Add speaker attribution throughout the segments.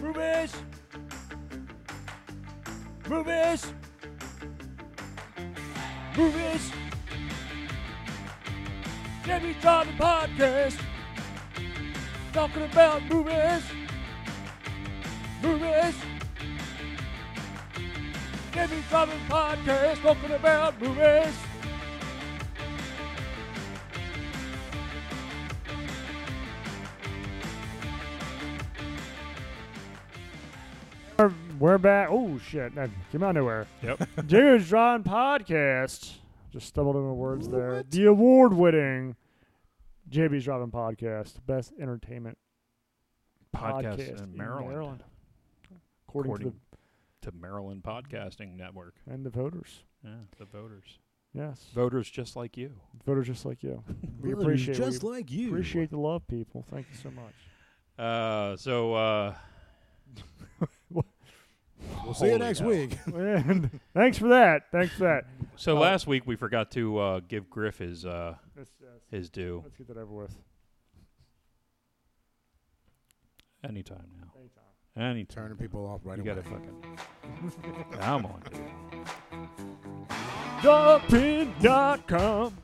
Speaker 1: Movies! Movies! Movies! Jimmy Johnny Podcast! Talking about movies! Movies! Jimmy Johnny Podcast! Talking about movies! We're, we're back. Oh, shit. That came out of nowhere.
Speaker 2: Yep.
Speaker 1: Jared's Drawn Podcast. Just stumbled over words there. The award winning JB's Driving Podcast, Best Entertainment
Speaker 2: Podcast,
Speaker 1: Podcast
Speaker 2: in Maryland,
Speaker 1: According,
Speaker 2: according
Speaker 1: to
Speaker 2: to Maryland Podcasting Network.
Speaker 1: the, and the voters.
Speaker 2: Yeah, the voters.
Speaker 1: Yes.
Speaker 2: Voters just like you.
Speaker 1: voters just like you. We
Speaker 3: Voters
Speaker 1: appreciate
Speaker 3: just
Speaker 1: we
Speaker 3: like you.
Speaker 1: Appreciate the love, people. Thank you so much.
Speaker 2: Uh, so uh,
Speaker 3: We'll see you
Speaker 2: Holy
Speaker 3: next
Speaker 2: cow.
Speaker 3: week.
Speaker 1: and thanks for that. Thanks for that.
Speaker 2: so
Speaker 1: Uh,
Speaker 2: last week we forgot to uh, give Griff his uh,
Speaker 1: Let's, let's,
Speaker 2: his due.
Speaker 1: let's get that over with.
Speaker 2: Anytime now.
Speaker 1: Anytime.
Speaker 2: Anytime.
Speaker 3: Turning people off right
Speaker 2: You
Speaker 3: away.
Speaker 2: gotta fucking. I'm on. dude.
Speaker 1: Duckpin.com.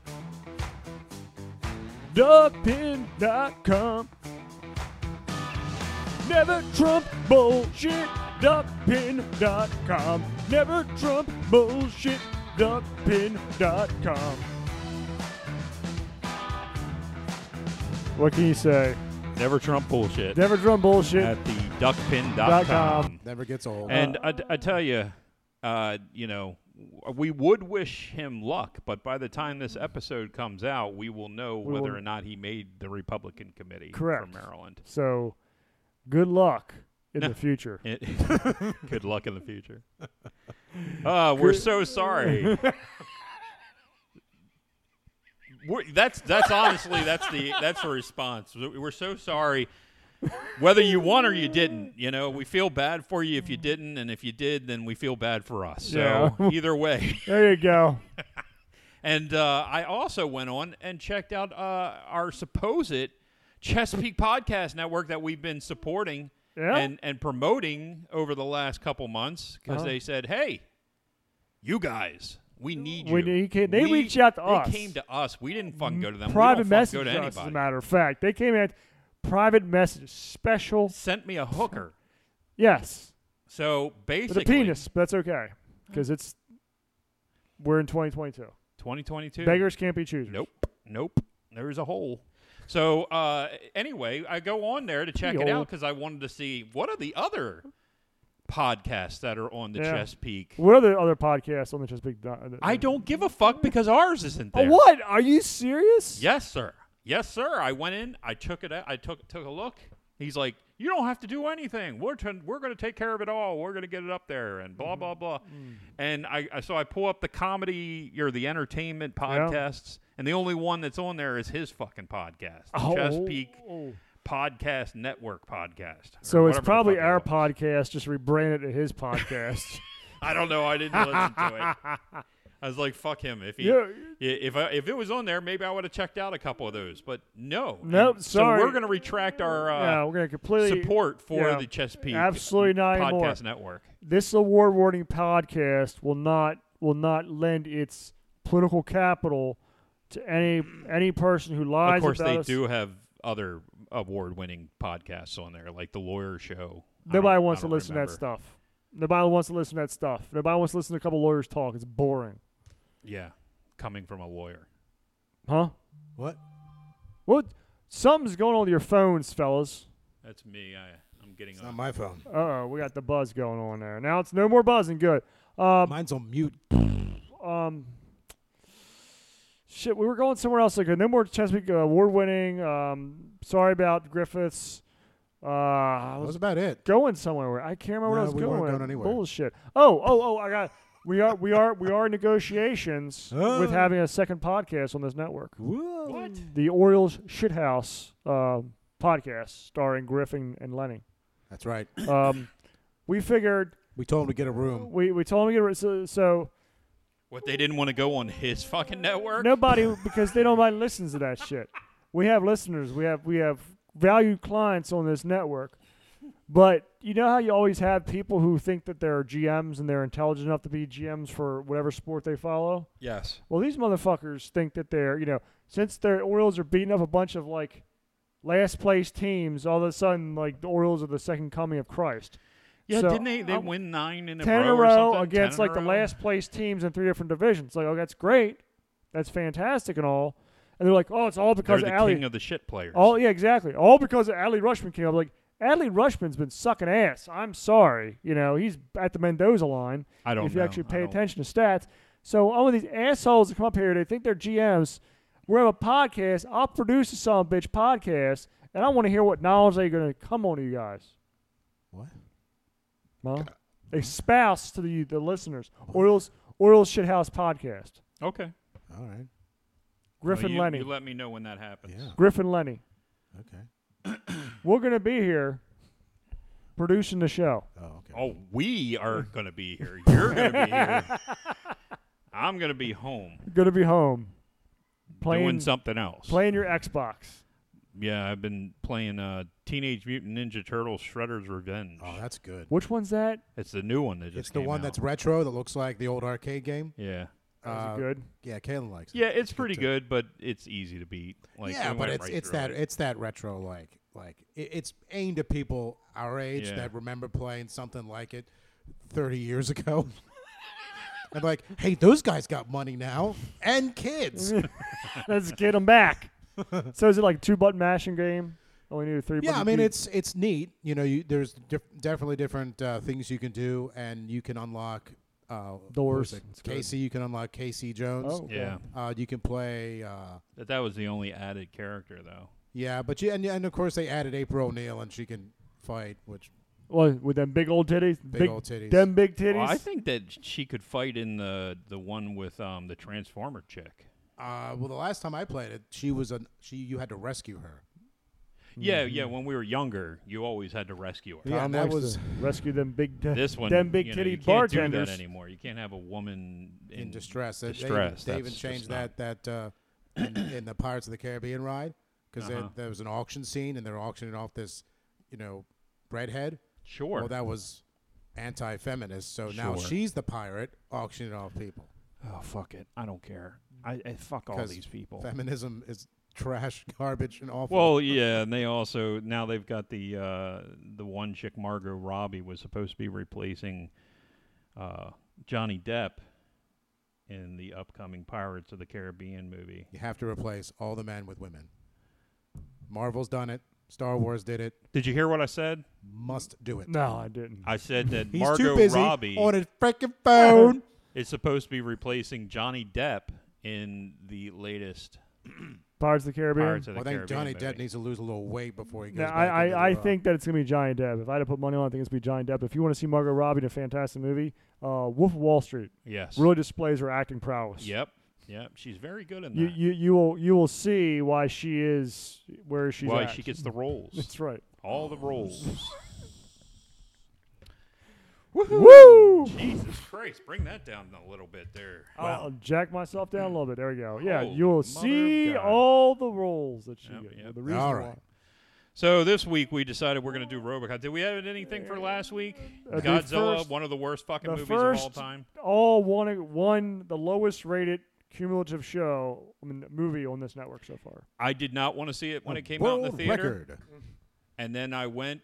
Speaker 1: Duckpin.com. Never Trump bullshit. Duckpin.com. Never Trump bullshit. Duckpin.com. What can you say?
Speaker 2: Never Trump bullshit
Speaker 1: Never Trump bullshit.
Speaker 2: at the duckpin.com.
Speaker 1: Dot com.
Speaker 3: Never gets old.
Speaker 1: Uh,
Speaker 3: Uh,
Speaker 2: And I, I tell you, uh, you know, w- we would wish him luck, but by the time this episode comes out, we will know
Speaker 1: We
Speaker 2: whether
Speaker 1: will-
Speaker 2: or not he made the Republican committee
Speaker 1: Correct.
Speaker 2: for Maryland.
Speaker 1: So, good luck in
Speaker 2: No.
Speaker 1: the future.
Speaker 2: It- good luck in the future. Uh, we're so sorry. We're, that's that's honestly that's the that's the response. We're we're so sorry. Whether you won or you didn't, you know, we feel bad for you if you didn't, and if you did, then we feel bad for us. So
Speaker 1: Yeah.
Speaker 2: either way.
Speaker 1: There you go.
Speaker 2: And uh, I also went on and checked out uh, our supposed Chesapeake Podcast Network that we've been supporting
Speaker 1: Yeah.
Speaker 2: and, and promoting over the last couple months because
Speaker 1: Uh-huh.
Speaker 2: they said, hey, you guys, we need you.
Speaker 1: We need- ca- they
Speaker 2: We-
Speaker 1: reached out to
Speaker 2: they
Speaker 1: us.
Speaker 2: came to us. We didn't fucking go to them. We
Speaker 1: Private
Speaker 2: don't fucking
Speaker 1: message
Speaker 2: go to
Speaker 1: us, as a
Speaker 2: anybody.
Speaker 1: matter of fact. They came at private message special.
Speaker 2: Sent me a hooker.
Speaker 1: Yes.
Speaker 2: So
Speaker 1: With a
Speaker 2: basically,
Speaker 1: penis, but that's okay. Because it's we're in twenty twenty two.
Speaker 2: 2022.
Speaker 1: Beggars can't be choosers.
Speaker 2: Nope. Nope. There's a hole. So uh, anyway, I go on there to check
Speaker 1: Pretty
Speaker 2: it
Speaker 1: old.
Speaker 2: out because I wanted to see what are the other podcasts that are on the
Speaker 1: Yeah.
Speaker 2: Chesapeake.
Speaker 1: What are the other podcasts on the Chesapeake? Do-
Speaker 2: I don't give a fuck because ours isn't
Speaker 1: Oh,
Speaker 2: there.
Speaker 1: what? Are you serious?
Speaker 2: Yes, sir. Yes, sir. I went in. I took it. out- I took took a look. He's like, you don't have to do anything. We're turn, we're going to take care of it all. We're going to get it up there and
Speaker 1: Mm-hmm.
Speaker 2: blah blah blah.
Speaker 1: Mm.
Speaker 2: And I, I so I pull up the comedy or the entertainment podcasts, and the only one that's on there is his fucking podcast, the
Speaker 1: Oh.
Speaker 2: Chesapeake Podcast Network podcast. or
Speaker 1: So it's
Speaker 2: whatever the
Speaker 1: probably
Speaker 2: fuck it
Speaker 1: our
Speaker 2: was.
Speaker 1: podcast, just rebranded to his podcast.
Speaker 2: I don't know. I didn't listen to it. I was like, fuck him. If he,
Speaker 1: Yeah.
Speaker 2: if I, if it was on there, maybe I would have checked out a couple of those. But no,
Speaker 1: Nope,
Speaker 2: And
Speaker 1: sorry.
Speaker 2: So we're gonna retract our
Speaker 1: yeah,
Speaker 2: uh,
Speaker 1: we're gonna completely
Speaker 2: support for
Speaker 1: yeah.
Speaker 2: the Chesapeake
Speaker 1: Absolutely not
Speaker 2: podcast
Speaker 1: anymore.
Speaker 2: network.
Speaker 1: this award winning podcast will not will not lend its political capital to any any person who lies
Speaker 2: Of course,
Speaker 1: about
Speaker 2: they
Speaker 1: us.
Speaker 2: do have other award-winning podcasts on there, like the Lawyer Show. I
Speaker 1: Nobody
Speaker 2: don't-
Speaker 1: wants
Speaker 2: I
Speaker 1: to
Speaker 2: don't
Speaker 1: listen to
Speaker 2: remember.
Speaker 1: that stuff. Nobody wants to listen to that stuff. Nobody wants to listen to a couple lawyers talk. It's boring,
Speaker 2: Yeah, coming from a lawyer.
Speaker 1: huh?
Speaker 3: what?
Speaker 1: What? Something's going on with your phones, fellas.
Speaker 2: That's me. I, I'm getting.
Speaker 3: It's
Speaker 2: A,
Speaker 3: not my phone.
Speaker 1: Uh oh, we got the buzz going on there. Now it's no more buzzing. Good. Um,
Speaker 3: Mine's on mute.
Speaker 1: um, shit, we were going somewhere else. Like no more Chesapeake uh, award-winning. Um, sorry about Griffiths. Uh, I
Speaker 3: That
Speaker 1: was
Speaker 3: was about it.
Speaker 1: going somewhere. I can't remember where I
Speaker 3: No,
Speaker 1: was
Speaker 3: we
Speaker 1: going.
Speaker 3: weren't
Speaker 1: with
Speaker 3: going
Speaker 1: that
Speaker 3: anywhere.
Speaker 1: Bullshit. Oh, oh, oh! I got. We are, we are, we are in negotiations with
Speaker 3: Oh.
Speaker 1: having a second podcast on this network.
Speaker 3: Whoa.
Speaker 2: what?
Speaker 1: The Orioles Shithouse uh, podcast starring Griffin and Lenny.
Speaker 3: That's right.
Speaker 1: Um, we figured
Speaker 3: We told him to get a room.
Speaker 1: we, we told him to get rid- so, so
Speaker 2: What they didn't want to go on his fucking network.
Speaker 1: nobody because they nobody listens to that shit. We have listeners. We have we have valued clients on this network, But you know how you always have people who think that they're GMs and they're intelligent enough to be GMs for whatever sport they follow?
Speaker 2: Yes.
Speaker 1: Well, these motherfuckers think that they're, you know, since their Orioles are beating up a bunch of like last place teams, all of a sudden like the Orioles are the second coming of Christ.
Speaker 2: Yeah,
Speaker 1: So,
Speaker 2: didn't they? They
Speaker 1: I'm-
Speaker 2: win nine in a
Speaker 1: Ten in
Speaker 2: row,
Speaker 1: a
Speaker 2: or
Speaker 1: row
Speaker 2: something?
Speaker 1: against
Speaker 2: Ten in
Speaker 1: like
Speaker 2: a
Speaker 1: the
Speaker 2: row?
Speaker 1: last place teams in three different divisions. Like, oh, that's great, that's fantastic and all. And they're like, oh, it's all
Speaker 2: They're
Speaker 1: because
Speaker 2: the
Speaker 1: of Allie.
Speaker 2: king of the shit players.
Speaker 1: All yeah, exactly. All because of Adley Rushman came up. Like Adley Rushman's been sucking ass. I'm sorry, you know he's at the Mendoza line.
Speaker 2: I don't
Speaker 1: If you
Speaker 2: know.
Speaker 1: actually
Speaker 2: I
Speaker 1: pay
Speaker 2: don't-
Speaker 1: attention to stats, so all of these assholes that come up here, they think they're GMs. We're gonna have a podcast. I'll produce a son of a bitch podcast, and I want to hear what knowledge they're gonna come on to you guys.
Speaker 3: What?
Speaker 1: Huh? Expouse to the the listeners. Orioles Orioles Shithouse podcast.
Speaker 2: Okay.
Speaker 3: All right.
Speaker 2: Well,
Speaker 1: Griffin
Speaker 2: you-
Speaker 1: Lenny.
Speaker 2: You let me know when that happens.
Speaker 3: Yeah.
Speaker 1: Griffin Lenny.
Speaker 3: Okay.
Speaker 1: We're gonna be here producing the show.
Speaker 3: Oh, okay.
Speaker 2: Oh, we are going to be here. You're going to be here. I'm going to be home
Speaker 1: gonna be home playing
Speaker 2: doing something else.
Speaker 1: playing your Xbox.
Speaker 2: yeah, I've been playing uh, Teenage Mutant Ninja Turtles Shredder's Revenge.
Speaker 3: Oh, that's good.
Speaker 1: Which one's that?
Speaker 2: it's the new one that just
Speaker 3: It's the
Speaker 2: came
Speaker 3: one
Speaker 2: out.
Speaker 3: that's retro that looks like the old arcade game.
Speaker 2: yeah.
Speaker 1: That
Speaker 3: Uh,
Speaker 1: was good.
Speaker 3: Yeah, Kalen likes it.
Speaker 2: Yeah, it's pretty
Speaker 3: too.
Speaker 2: good, but it's easy to beat. Like,
Speaker 3: yeah,
Speaker 2: we
Speaker 3: but
Speaker 2: went
Speaker 3: it's
Speaker 2: right
Speaker 3: it's
Speaker 2: through
Speaker 3: that
Speaker 2: it.
Speaker 3: it's that retro like like it, it's aimed at people our age
Speaker 2: Yeah.
Speaker 3: that remember playing something like it 30 years ago. and like, hey, those guys got money now and kids.
Speaker 1: Let's get them back. so is it like two button mashing game? Only need a three.
Speaker 3: yeah,
Speaker 1: button
Speaker 3: I mean
Speaker 1: key?
Speaker 3: it's it's neat. You know, you, there's diff- definitely different uh, things you can do, and you can unlock uh, what
Speaker 1: Doors.
Speaker 3: was it?
Speaker 1: It's good.
Speaker 3: Casey, you can unlock Casey Jones.
Speaker 1: Oh, okay.
Speaker 2: Yeah.
Speaker 3: Uh, you can play. Uh,
Speaker 2: That, that was the only added character, though.
Speaker 3: yeah, but you and, and of course they added April O'Neil, and she can fight, which
Speaker 1: Well, with them big old titties,
Speaker 3: Big old titties.
Speaker 1: them big titties.
Speaker 2: Well, I think that she could fight in the the one with um, the Transformer chick.
Speaker 3: Uh, well, the last time I played it, she was a she. You had to rescue her.
Speaker 2: Yeah, yeah. When we were younger, you always had to rescue her.
Speaker 3: Yeah,
Speaker 1: Tom
Speaker 3: that
Speaker 1: likes
Speaker 3: was-
Speaker 1: to rescue them big. T-
Speaker 2: This one,
Speaker 1: them big
Speaker 2: you know,
Speaker 1: titty
Speaker 2: you can't
Speaker 1: bartenders.
Speaker 2: do that anymore. You can't have a woman in,
Speaker 3: in, distress. They- they even-
Speaker 2: distress,
Speaker 3: They,
Speaker 2: that's
Speaker 3: even
Speaker 2: just
Speaker 3: changed
Speaker 2: not-
Speaker 3: that that uh, in, in the Pirates of the Caribbean ride because
Speaker 2: Uh-huh.
Speaker 3: there was an auction scene and they're auctioning off this, you know, redhead.
Speaker 2: Sure.
Speaker 3: Well, that was anti-feminist. So now
Speaker 2: Sure.
Speaker 3: she's the pirate auctioning off people.
Speaker 2: oh fuck it, I don't care. I, I fuck all
Speaker 3: 'Cause
Speaker 2: these people.
Speaker 3: Feminism is trash, garbage, and awful.
Speaker 2: Well, yeah, and they also now they've got the uh, the one chick Margot Robbie was supposed to be replacing uh, Johnny Depp in the upcoming Pirates of the Caribbean movie.
Speaker 3: you have to replace all the men with women. Marvel's done it. Star Wars did it.
Speaker 2: Did you hear what I said?
Speaker 3: Must do it.
Speaker 1: No, I didn't.
Speaker 2: I said that
Speaker 3: He's
Speaker 2: Margot
Speaker 3: too busy
Speaker 2: Robbie
Speaker 3: on his freaking phone.
Speaker 2: is supposed to be replacing Johnny Depp in the latest
Speaker 1: Pirates of the Caribbean.
Speaker 2: Pirates of the
Speaker 3: I
Speaker 2: Caribbean
Speaker 3: think Johnny Depp
Speaker 2: movie.
Speaker 3: needs to lose a little weight before he goes.
Speaker 1: No,
Speaker 3: back
Speaker 1: I,
Speaker 3: into the uh,
Speaker 1: I, I
Speaker 2: uh,
Speaker 3: role.
Speaker 1: think that it's gonna be Johnny Depp. If I had to put money on, it, I think it's gonna be Johnny Depp. If you want to see Margot Robbie in a fantastic movie, uh, Wolf of Wall Street
Speaker 2: Yes.
Speaker 1: really displays her acting prowess.
Speaker 2: Yep. Yep. She's very good in that.
Speaker 1: you, you you will you will see why she is where she's
Speaker 2: Why
Speaker 1: at.
Speaker 2: she gets the roles.
Speaker 1: That's right.
Speaker 2: All the roles.
Speaker 1: Woo!
Speaker 2: Jesus Christ, bring that down a little bit there.
Speaker 1: I'll jack myself down a little bit. There we go. Yeah,
Speaker 2: Holy
Speaker 1: you
Speaker 2: mother
Speaker 1: will
Speaker 2: of
Speaker 1: see
Speaker 2: God.
Speaker 1: all the roles that she
Speaker 2: Yep,
Speaker 1: gets.
Speaker 2: yep.
Speaker 1: The reason
Speaker 3: All right.
Speaker 2: So this week we decided we're going to do Robocop. Did we have anything for last week?
Speaker 1: Uh, the
Speaker 2: Godzilla,
Speaker 1: first-
Speaker 2: one of the worst fucking
Speaker 1: the
Speaker 2: movies of all
Speaker 1: first-
Speaker 2: time.
Speaker 1: why all one one the lowest rated cumulative show I mean movie on this network so far.
Speaker 2: I did not want to see it when
Speaker 3: A
Speaker 2: it came out in the
Speaker 3: world
Speaker 2: theater,
Speaker 3: Record.
Speaker 2: and then I went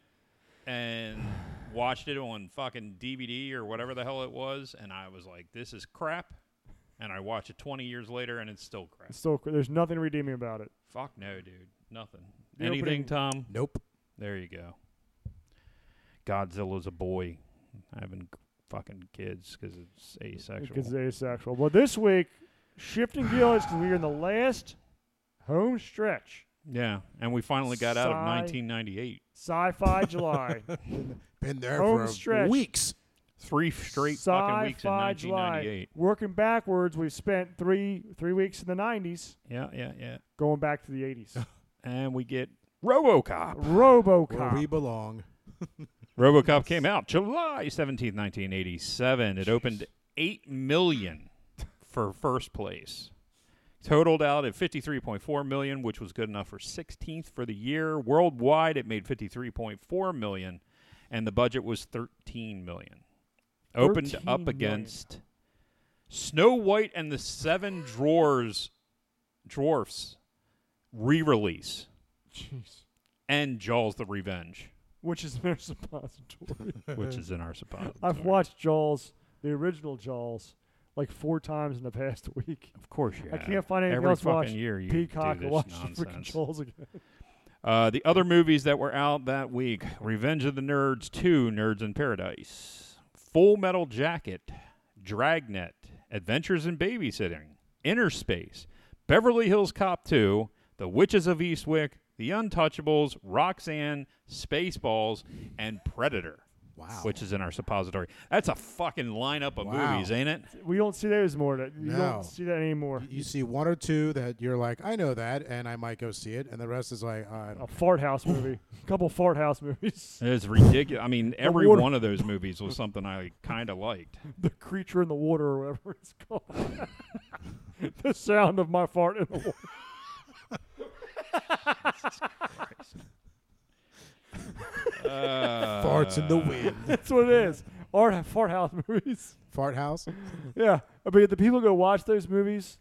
Speaker 2: and watched it on fucking DVD or whatever the hell it was, and I was like, "This is crap." And I watched it 20 years later, and it's still crap.
Speaker 1: It's still there's nothing redeeming about it.
Speaker 2: Fuck no, dude. Nothing.
Speaker 1: The
Speaker 2: Anything,
Speaker 1: opening-
Speaker 2: Tom?
Speaker 3: Nope.
Speaker 2: There you go. Godzilla's a boy. Having fucking kids because it's asexual.
Speaker 1: Because it's asexual. Well, this week shifting gears because we're in the last home stretch.
Speaker 2: yeah, and we finally got out of
Speaker 1: Sigh.
Speaker 2: 1998.
Speaker 1: Sci-fi July.
Speaker 3: Been there
Speaker 1: Home
Speaker 3: for
Speaker 1: stretch.
Speaker 3: weeks.
Speaker 2: Three straight fucking weeks in
Speaker 1: Sci-fi July.
Speaker 2: 1998.
Speaker 1: Working backwards, we've spent three three weeks in the '90s,
Speaker 2: Yeah, yeah, yeah.
Speaker 1: going back to the '80s.
Speaker 2: And we get RoboCop.
Speaker 3: Where we
Speaker 1: RoboCop.
Speaker 3: belong.
Speaker 2: RoboCop came out July 17th, 1987. It opened 8 million for first place. Totaled out at 53.4 million, which was good enough for 16th for the year. Worldwide, it made 53.4 million and the budget was 13 million. Opened
Speaker 1: 13
Speaker 2: up
Speaker 1: million.
Speaker 2: against Snow White and the Seven Drawers Dwarfs re-release
Speaker 1: Jeez.
Speaker 2: and Jaws the Revenge,
Speaker 1: Which is their suppository.
Speaker 2: which is in our suppository.
Speaker 1: I've watched Jaws, the original Jaws, like four times in the past week.
Speaker 2: Of course you
Speaker 1: I
Speaker 2: have.
Speaker 1: can't find anything
Speaker 2: Every
Speaker 1: else to
Speaker 2: fucking
Speaker 1: watch.
Speaker 2: year you
Speaker 1: Peacock
Speaker 2: do this
Speaker 1: watched the freaking
Speaker 2: nonsense.
Speaker 1: Jaws again.
Speaker 2: Uh, the other movies that were out that week Revenge of the Nerds 2, Nerds in Paradise, Full Metal Jacket, Dragnet, Adventures in Babysitting, Inner Space, Beverly Hills Cop 2, The Witches of Eastwick, The Untouchables, Roxanne, Spaceballs, and Predator.
Speaker 3: Wow.
Speaker 2: Which is in our suppository. That's a fucking lineup of
Speaker 3: Wow.
Speaker 2: movies, ain't it?
Speaker 1: We don't see those more. That you
Speaker 3: No.
Speaker 1: don't see that anymore.
Speaker 3: You see one or two that you're like, I know that, and I might go see it, and the rest is like, "Uh, I
Speaker 1: A
Speaker 3: don't.
Speaker 1: fart house movie. A couple fart house movies.
Speaker 2: It's ridiculous. I mean, every
Speaker 1: water-
Speaker 2: one of those movies was something I kind of liked.
Speaker 1: the creature in the water, or whatever it's called. the sound of my fart in the water.
Speaker 2: Uh,
Speaker 3: Farts in the wind.
Speaker 1: That's what it is. Art fart house movies.
Speaker 3: Fart house.
Speaker 1: Yeah, I mean, the people go watch those movies.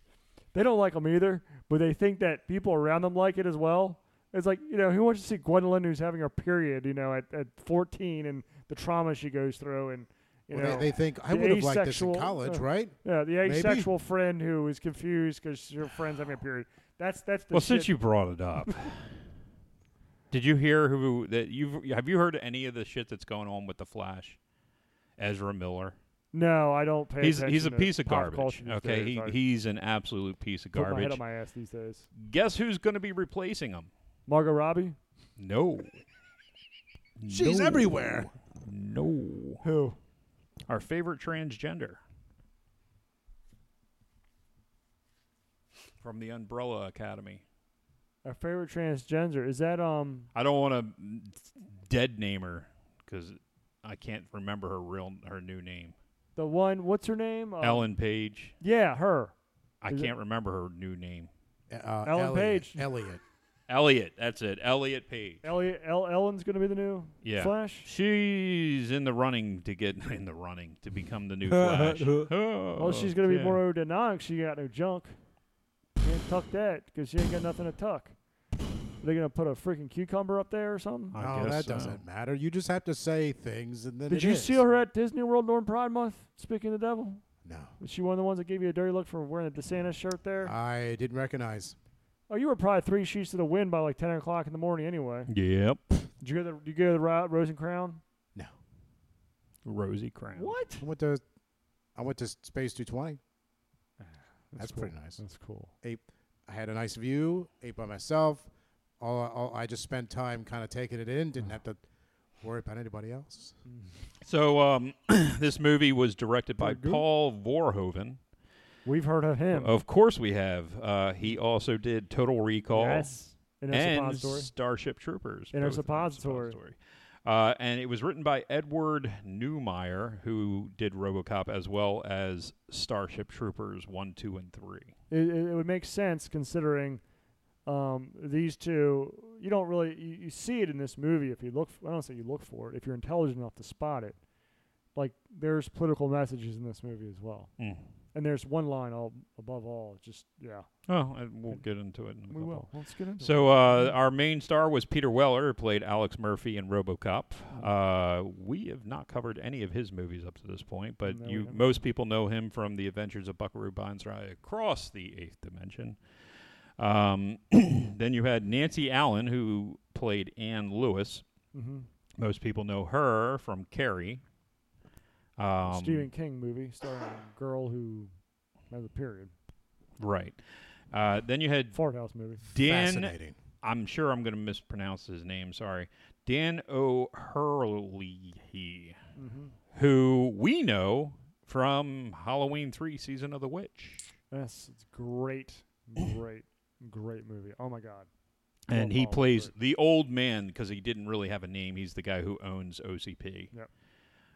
Speaker 1: They don't like them either, but they think that people around them like it as well. It's like you know, who wants to see Gwendolyn who's having her period, you know, at, at 14 and the trauma she goes through, and you
Speaker 3: Well,
Speaker 1: know,
Speaker 3: they, they think I
Speaker 1: the
Speaker 3: would have liked this in
Speaker 1: asexual-
Speaker 3: college,
Speaker 1: uh,
Speaker 3: right?
Speaker 1: yeah, the
Speaker 3: maybe.
Speaker 1: asexual friend who is confused because her friend's having a period. That's that's the
Speaker 2: Well,
Speaker 1: shit.
Speaker 2: since you brought it up, did you hear who that you have you heard any of the shit that's going on with the Flash? Ezra Miller.
Speaker 1: no, I don't pay.
Speaker 2: He's he's a
Speaker 1: attention to
Speaker 2: piece of
Speaker 1: pop
Speaker 2: garbage.
Speaker 1: culture these
Speaker 2: Okay,
Speaker 1: days.
Speaker 2: he,
Speaker 1: I
Speaker 2: he's an absolute piece of
Speaker 1: put my head
Speaker 2: garbage.
Speaker 1: on my ass these days.
Speaker 2: Guess who's going to be replacing him?
Speaker 1: Margot Robbie,
Speaker 2: No.
Speaker 3: She's
Speaker 2: No.
Speaker 3: everywhere.
Speaker 2: No.
Speaker 1: who?
Speaker 2: Our favorite transgender from the Umbrella Academy.
Speaker 1: Our favorite transgender is that um
Speaker 2: I don't want to dead name her because I can't remember her real her new name.
Speaker 1: the one? What's her name? Uh,
Speaker 2: Ellen Page.
Speaker 1: Yeah, her.
Speaker 2: I
Speaker 1: is it-
Speaker 2: can't remember her new name.
Speaker 3: Uh,
Speaker 1: Ellen
Speaker 3: Elliot,
Speaker 1: Page.
Speaker 3: Elliot.
Speaker 2: Elliot. That's it. Elliot Page.
Speaker 1: Elliot, El- Ellen's going to be the new
Speaker 2: Yeah.
Speaker 1: Flash.
Speaker 2: She's in the running to get in the running to become the new Flash. oh,
Speaker 1: Well, she's going to be
Speaker 2: yeah.
Speaker 1: more aerodynamic. She got no junk. Can't tuck that because she ain't got nothing to tuck. Are they going to put a freaking cucumber up there or something?
Speaker 2: I
Speaker 3: No,
Speaker 2: guess
Speaker 3: Oh, that
Speaker 2: so.
Speaker 3: doesn't matter. You just have to say things, and then
Speaker 1: Did
Speaker 3: it
Speaker 1: you
Speaker 3: is.
Speaker 1: see her at Disney World during Pride Month speaking the devil?
Speaker 3: No,
Speaker 1: Was she one of the ones that gave you a dirty look for wearing the DeSantis shirt there?
Speaker 3: I didn't recognize.
Speaker 1: oh, you were probably three sheets to the wind by like 10 o'clock in the morning anyway.
Speaker 2: Yep.
Speaker 1: Did you go to the, did you go to the Ro- Rose and Crown?
Speaker 3: No,
Speaker 2: Rosie Crown.
Speaker 1: What?
Speaker 3: I went to, I went to Space 220. That's pretty nice.
Speaker 1: That's cool.
Speaker 3: Ate, I had a nice view. Ate by myself. All, all I just spent time kind of taking it in.
Speaker 1: Uh-huh.
Speaker 3: Didn't have to worry about anybody else.
Speaker 2: So um, this movie was directed by
Speaker 1: Pretty good.
Speaker 2: Paul Vorhoven.
Speaker 1: We've heard of him.
Speaker 2: Of course, we have. Uh, he also did Total Recall.
Speaker 1: Yes. In a
Speaker 2: and
Speaker 1: suppository.
Speaker 2: Starship Troopers.
Speaker 1: In our
Speaker 2: both
Speaker 1: suppository.
Speaker 2: suppository. Uh, and it was written by Edward Newmeyer, who did RoboCop as well as Starship Troopers 1, 2, and 3.
Speaker 1: it, it, it would make sense considering um, these two. You don't really you, you see it in this movie if you look. f I don't say you look for it. If you're intelligent enough to spot it, like there's political messages in this movie as well.
Speaker 2: Mm.
Speaker 1: And there's one line all above all. Just yeah,
Speaker 2: Oh, and we'll get into it. In a
Speaker 1: we
Speaker 2: couple.
Speaker 1: will. Let's get into it.
Speaker 2: So uh, our main star was Peter Weller, who played Alex Murphy in RoboCop.
Speaker 1: Oh.
Speaker 2: Uh, we have not covered any of his movies up to this point, but
Speaker 1: No, we
Speaker 2: you
Speaker 1: haven't.
Speaker 2: most people know him from The Adventures of Buckaroo Banzai across the Eighth Dimension. Um, then you had Nancy Allen, who played Anne Lewis.
Speaker 1: hmm
Speaker 2: Most people know her from Carrie. Um,
Speaker 1: Stephen King movie starring a girl who has a period.
Speaker 2: Right. Uh, then you had
Speaker 1: Fart house movie.
Speaker 2: Dan
Speaker 3: Fascinating.
Speaker 2: I'm sure I'm going to mispronounce his name. Sorry. Dan O'Hurley,
Speaker 1: hmm
Speaker 2: who we know from Halloween 3 Season of the Witch.
Speaker 1: Yes, it's great, great, great movie. Oh my god.
Speaker 2: And he
Speaker 1: Halloween
Speaker 2: plays
Speaker 1: 3.
Speaker 2: the old man because he didn't really have a name. He's the guy who owns OCP.
Speaker 1: Yep.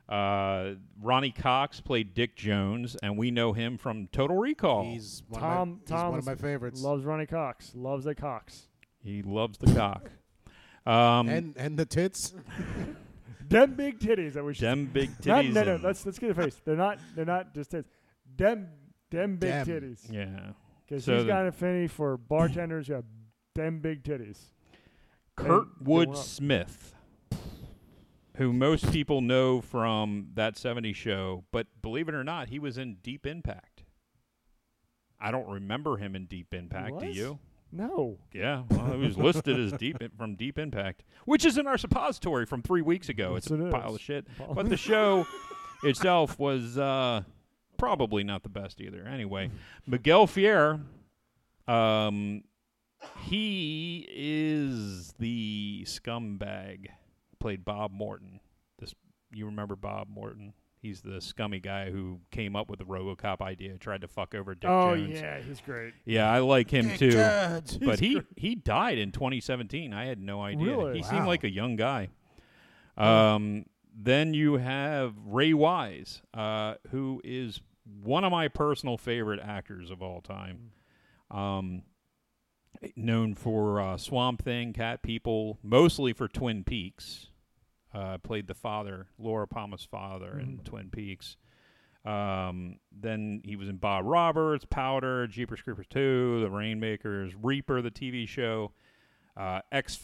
Speaker 2: Uh, Ronnie Cox played Dick Jones, and we know him from Total Recall.
Speaker 3: He's one
Speaker 1: Tom-
Speaker 3: Of my, he's one
Speaker 1: Tom's
Speaker 3: of my favorites.
Speaker 1: Loves Ronnie Cox. Loves that Cox.
Speaker 2: he loves the cock. Um,
Speaker 3: and and the tits.
Speaker 1: Dem big titties that we should.
Speaker 2: Dem big
Speaker 1: Not-
Speaker 2: titties.
Speaker 1: no, no,
Speaker 2: and-
Speaker 1: let's let's get a face. They're not they're not just tits. Dem dem big
Speaker 3: Dem.
Speaker 1: titties.
Speaker 2: yeah.
Speaker 1: Because
Speaker 2: So
Speaker 1: he's
Speaker 2: the-
Speaker 1: got an affinity for bartenders who have dem big titties.
Speaker 2: Kurtwood
Speaker 1: going up.
Speaker 2: Smith, who most people know from that 70s show, but believe it or not, he was in Deep Impact. I don't remember him in Deep Impact. Do
Speaker 1: was?
Speaker 2: you?
Speaker 1: No.
Speaker 2: Yeah, well, he was listed as Deep from Deep Impact, which is in our suppository from three weeks ago.
Speaker 1: Yes,
Speaker 2: it's a
Speaker 1: it
Speaker 2: pile
Speaker 1: is.
Speaker 2: of shit.
Speaker 1: Pile-
Speaker 2: But the show itself was uh, probably not the best either. Anyway, Miguel Fier, um, he is the scumbag. Played Bob Morton. This you remember Bob Morton? He's the scummy guy who came up with the RoboCop idea, tried to fuck over Dick
Speaker 1: oh
Speaker 2: Jones.
Speaker 1: yeah, he's great.
Speaker 2: Yeah, I like him
Speaker 3: Dick
Speaker 2: too
Speaker 3: Jones.
Speaker 2: but he he died in 2017. I had no idea.
Speaker 1: Really?
Speaker 2: He seemed
Speaker 3: Wow.
Speaker 2: like a young guy. Um, then you have Ray Wise, uh, who is one of my personal favorite actors of all time. Um, known for uh, Swamp Thing, Cat People, mostly for Twin Peaks. Uh, played the father, Laura Palmer's father in Twin Peaks. Um, then he was in Bob Roberts, Powder, Jeepers Creepers 2, The Rainmakers, Reaper, the TV show, uh, X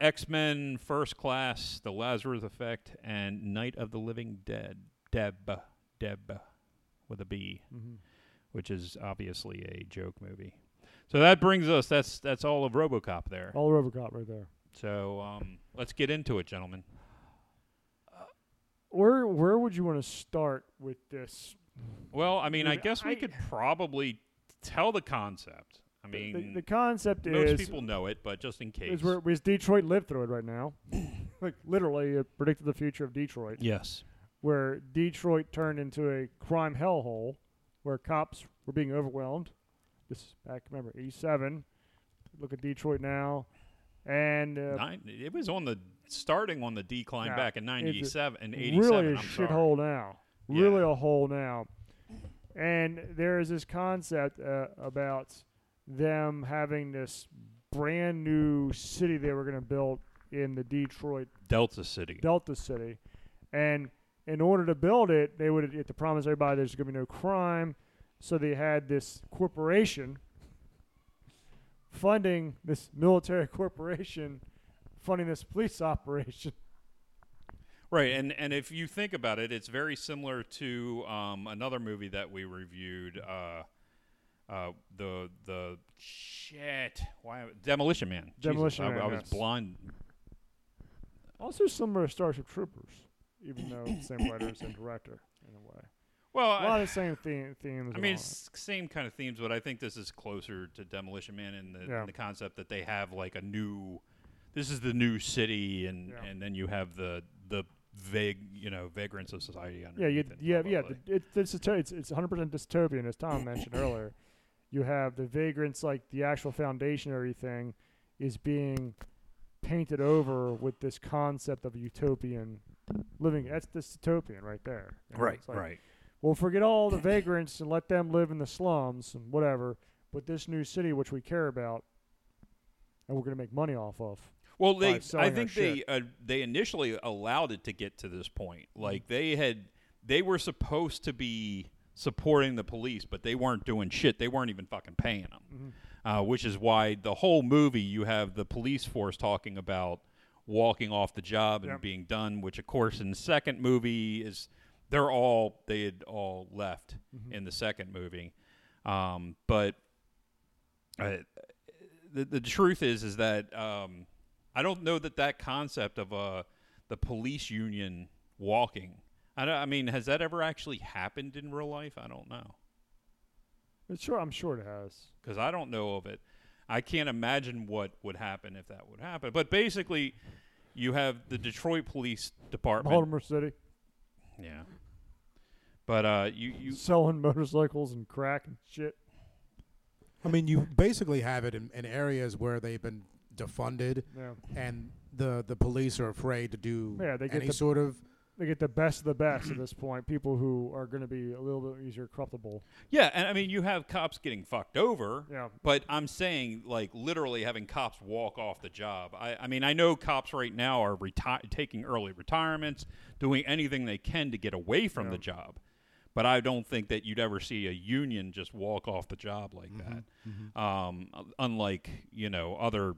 Speaker 2: X Men, First Class, The Lazarus Effect, and Night of the Living Dead. Deb, Deb, with a B,
Speaker 1: Mm-hmm.
Speaker 2: which is obviously a joke movie. So that brings us. That's that's all of RoboCop there.
Speaker 1: All Robocop right there.
Speaker 2: So um, let's get into it, gentlemen.
Speaker 1: Where where would you want to start with this?
Speaker 2: Well, I mean, I
Speaker 1: Dude,
Speaker 2: guess we
Speaker 1: I-
Speaker 2: could probably tell the concept. I
Speaker 1: The-
Speaker 2: mean,
Speaker 1: the, the concept
Speaker 2: most
Speaker 1: is
Speaker 2: people know it, but just in case.
Speaker 1: is where is Detroit lived through it right now. like literally, it predicted the future of Detroit.
Speaker 2: yes.
Speaker 1: where Detroit turned into a crime hellhole where cops were being overwhelmed. This is back, remember, 87. Look at Detroit now. And uh,
Speaker 2: Nine, it was on the starting on the decline
Speaker 1: Yeah,
Speaker 2: back in
Speaker 1: it's a-
Speaker 2: 97 and 87.
Speaker 1: really a
Speaker 2: I'm sorry.
Speaker 1: shithole now.
Speaker 2: Yeah.
Speaker 1: Really a hole now. And there is this concept uh, about them having this brand new city they were going to build in the Detroit
Speaker 2: Delta City.
Speaker 1: Delta City, and in order to build it, they would have to promise everybody there's going to be no crime. So they had this corporation funding this military corporation funding this police operation.
Speaker 2: Right, and and if you think about it, it's very similar to um, another movie that we reviewed. Uh, uh, the the shit. Why Demolition Man? Jesus,
Speaker 1: Demolition
Speaker 2: I,
Speaker 1: Man,
Speaker 2: I was
Speaker 1: yes.
Speaker 2: blind.
Speaker 1: Also, similar to Starship Troopers, even though same writers and director in a way.
Speaker 2: Well,
Speaker 1: A lot
Speaker 2: I,
Speaker 1: of the same theme, themes.
Speaker 2: I
Speaker 1: and
Speaker 2: mean,
Speaker 1: all that.
Speaker 2: it's same kind of themes, but I think this is closer to Demolition Man and the, in
Speaker 1: Yeah.
Speaker 2: the concept that they have like a new. This is the new city, and
Speaker 1: Yeah.
Speaker 2: and then you have the the vague you know vagrants of society.
Speaker 1: yeah, you,
Speaker 2: underneath it,
Speaker 1: yeah,
Speaker 2: blah,
Speaker 1: yeah.
Speaker 2: blah, blah.
Speaker 1: the- It, it's dysto- it's it's 100% dystopian, as Tom mentioned earlier. You have the vagrants, like the actual foundation, or everything, is being painted over with this concept of utopian living. That's dystopian right there. you know?
Speaker 2: Right,
Speaker 1: It's like,
Speaker 2: right.
Speaker 1: We'll forget all the vagrants and let them live in the slums and whatever. But this new city, which we care about, and we're going to make money off of.
Speaker 2: Well,
Speaker 1: by
Speaker 2: they
Speaker 1: selling
Speaker 2: I
Speaker 1: our
Speaker 2: think they uh, they initially allowed it to get to this point.
Speaker 1: Mm-hmm.
Speaker 2: Like they had they were supposed to be supporting the police, but they weren't doing shit. They weren't even fucking paying them.
Speaker 1: Mm-hmm.
Speaker 2: Uh, which is why the whole movie you have the police force talking about walking off the job and
Speaker 1: Yep.
Speaker 2: being done, which of course in the second movie is they're all they had all left
Speaker 1: Mm-hmm.
Speaker 2: in the second movie. Um, but uh, the, the truth is is that um, I don't know that that concept of uh, the police union walking. I, don't, I mean, has that ever actually happened in real life? I don't know
Speaker 1: It's sure, I'm sure it has.
Speaker 2: because I don't know of it. I can't imagine what would happen if that would happen. But basically, you have the Detroit Police Department.
Speaker 1: Baltimore City
Speaker 2: Yeah. But uh, you you
Speaker 1: selling motorcycles and crack and shit.
Speaker 3: I mean, you basically have it in, in areas where they've been defunded,
Speaker 1: Yeah.
Speaker 3: and the the police are afraid to do
Speaker 1: Yeah, they get
Speaker 3: any
Speaker 1: the-
Speaker 3: sort of
Speaker 1: they get the best of the best at this point. People who are going to be a little bit easier corruptible.
Speaker 2: Yeah, and I mean, you have cops getting fucked over.
Speaker 1: Yeah.
Speaker 2: But I'm saying, like, literally having cops walk off the job. I, I mean, I know cops right now are reti- taking early retirements, doing anything they can to get away from the job. But I don't think that you'd ever see a union just walk off the job like that. Um, unlike, you know, other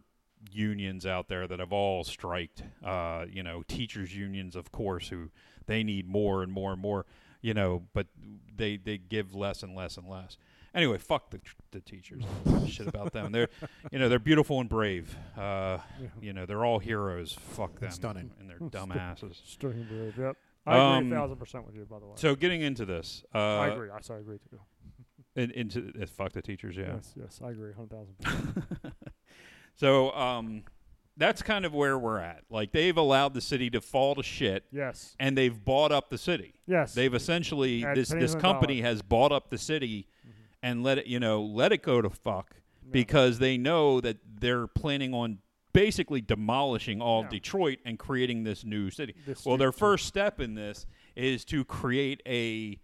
Speaker 2: unions out there that have all striked. Uh, you know, teachers unions, of course, who they need more and more and more. You know, but they they give less and less and less. Anyway, fuck the, the teachers. I don't give a Shit about them. They're, you know, they're beautiful and brave. Uh, you know, they're all heroes. Fuck them.
Speaker 3: Stunning.
Speaker 2: And they're dumbasses.
Speaker 1: String Brave. Yep. I
Speaker 2: Um,
Speaker 1: agree a thousand percent with you. By the way,
Speaker 2: So getting into this, uh,
Speaker 1: I agree. I sorry, I agree too.
Speaker 2: in- into uh, fuck the teachers. Yeah.
Speaker 1: Yes, yes, I agree. Hundred thousand. percent.
Speaker 2: So um, that's kind of where we're at. Like they've allowed the city to fall to shit,
Speaker 1: Yes,
Speaker 2: and they've bought up the city.
Speaker 1: yes.
Speaker 2: They've essentially
Speaker 1: At
Speaker 2: this
Speaker 1: pennies
Speaker 2: this
Speaker 1: on the
Speaker 2: company has bought up the city
Speaker 1: Mm-hmm.
Speaker 2: and let it you know let it go to fuck because they know that they're planning on basically demolishing all of
Speaker 1: Yeah.
Speaker 2: Detroit and creating this new city.
Speaker 1: This
Speaker 2: well,
Speaker 1: new
Speaker 2: their first step in this is to create a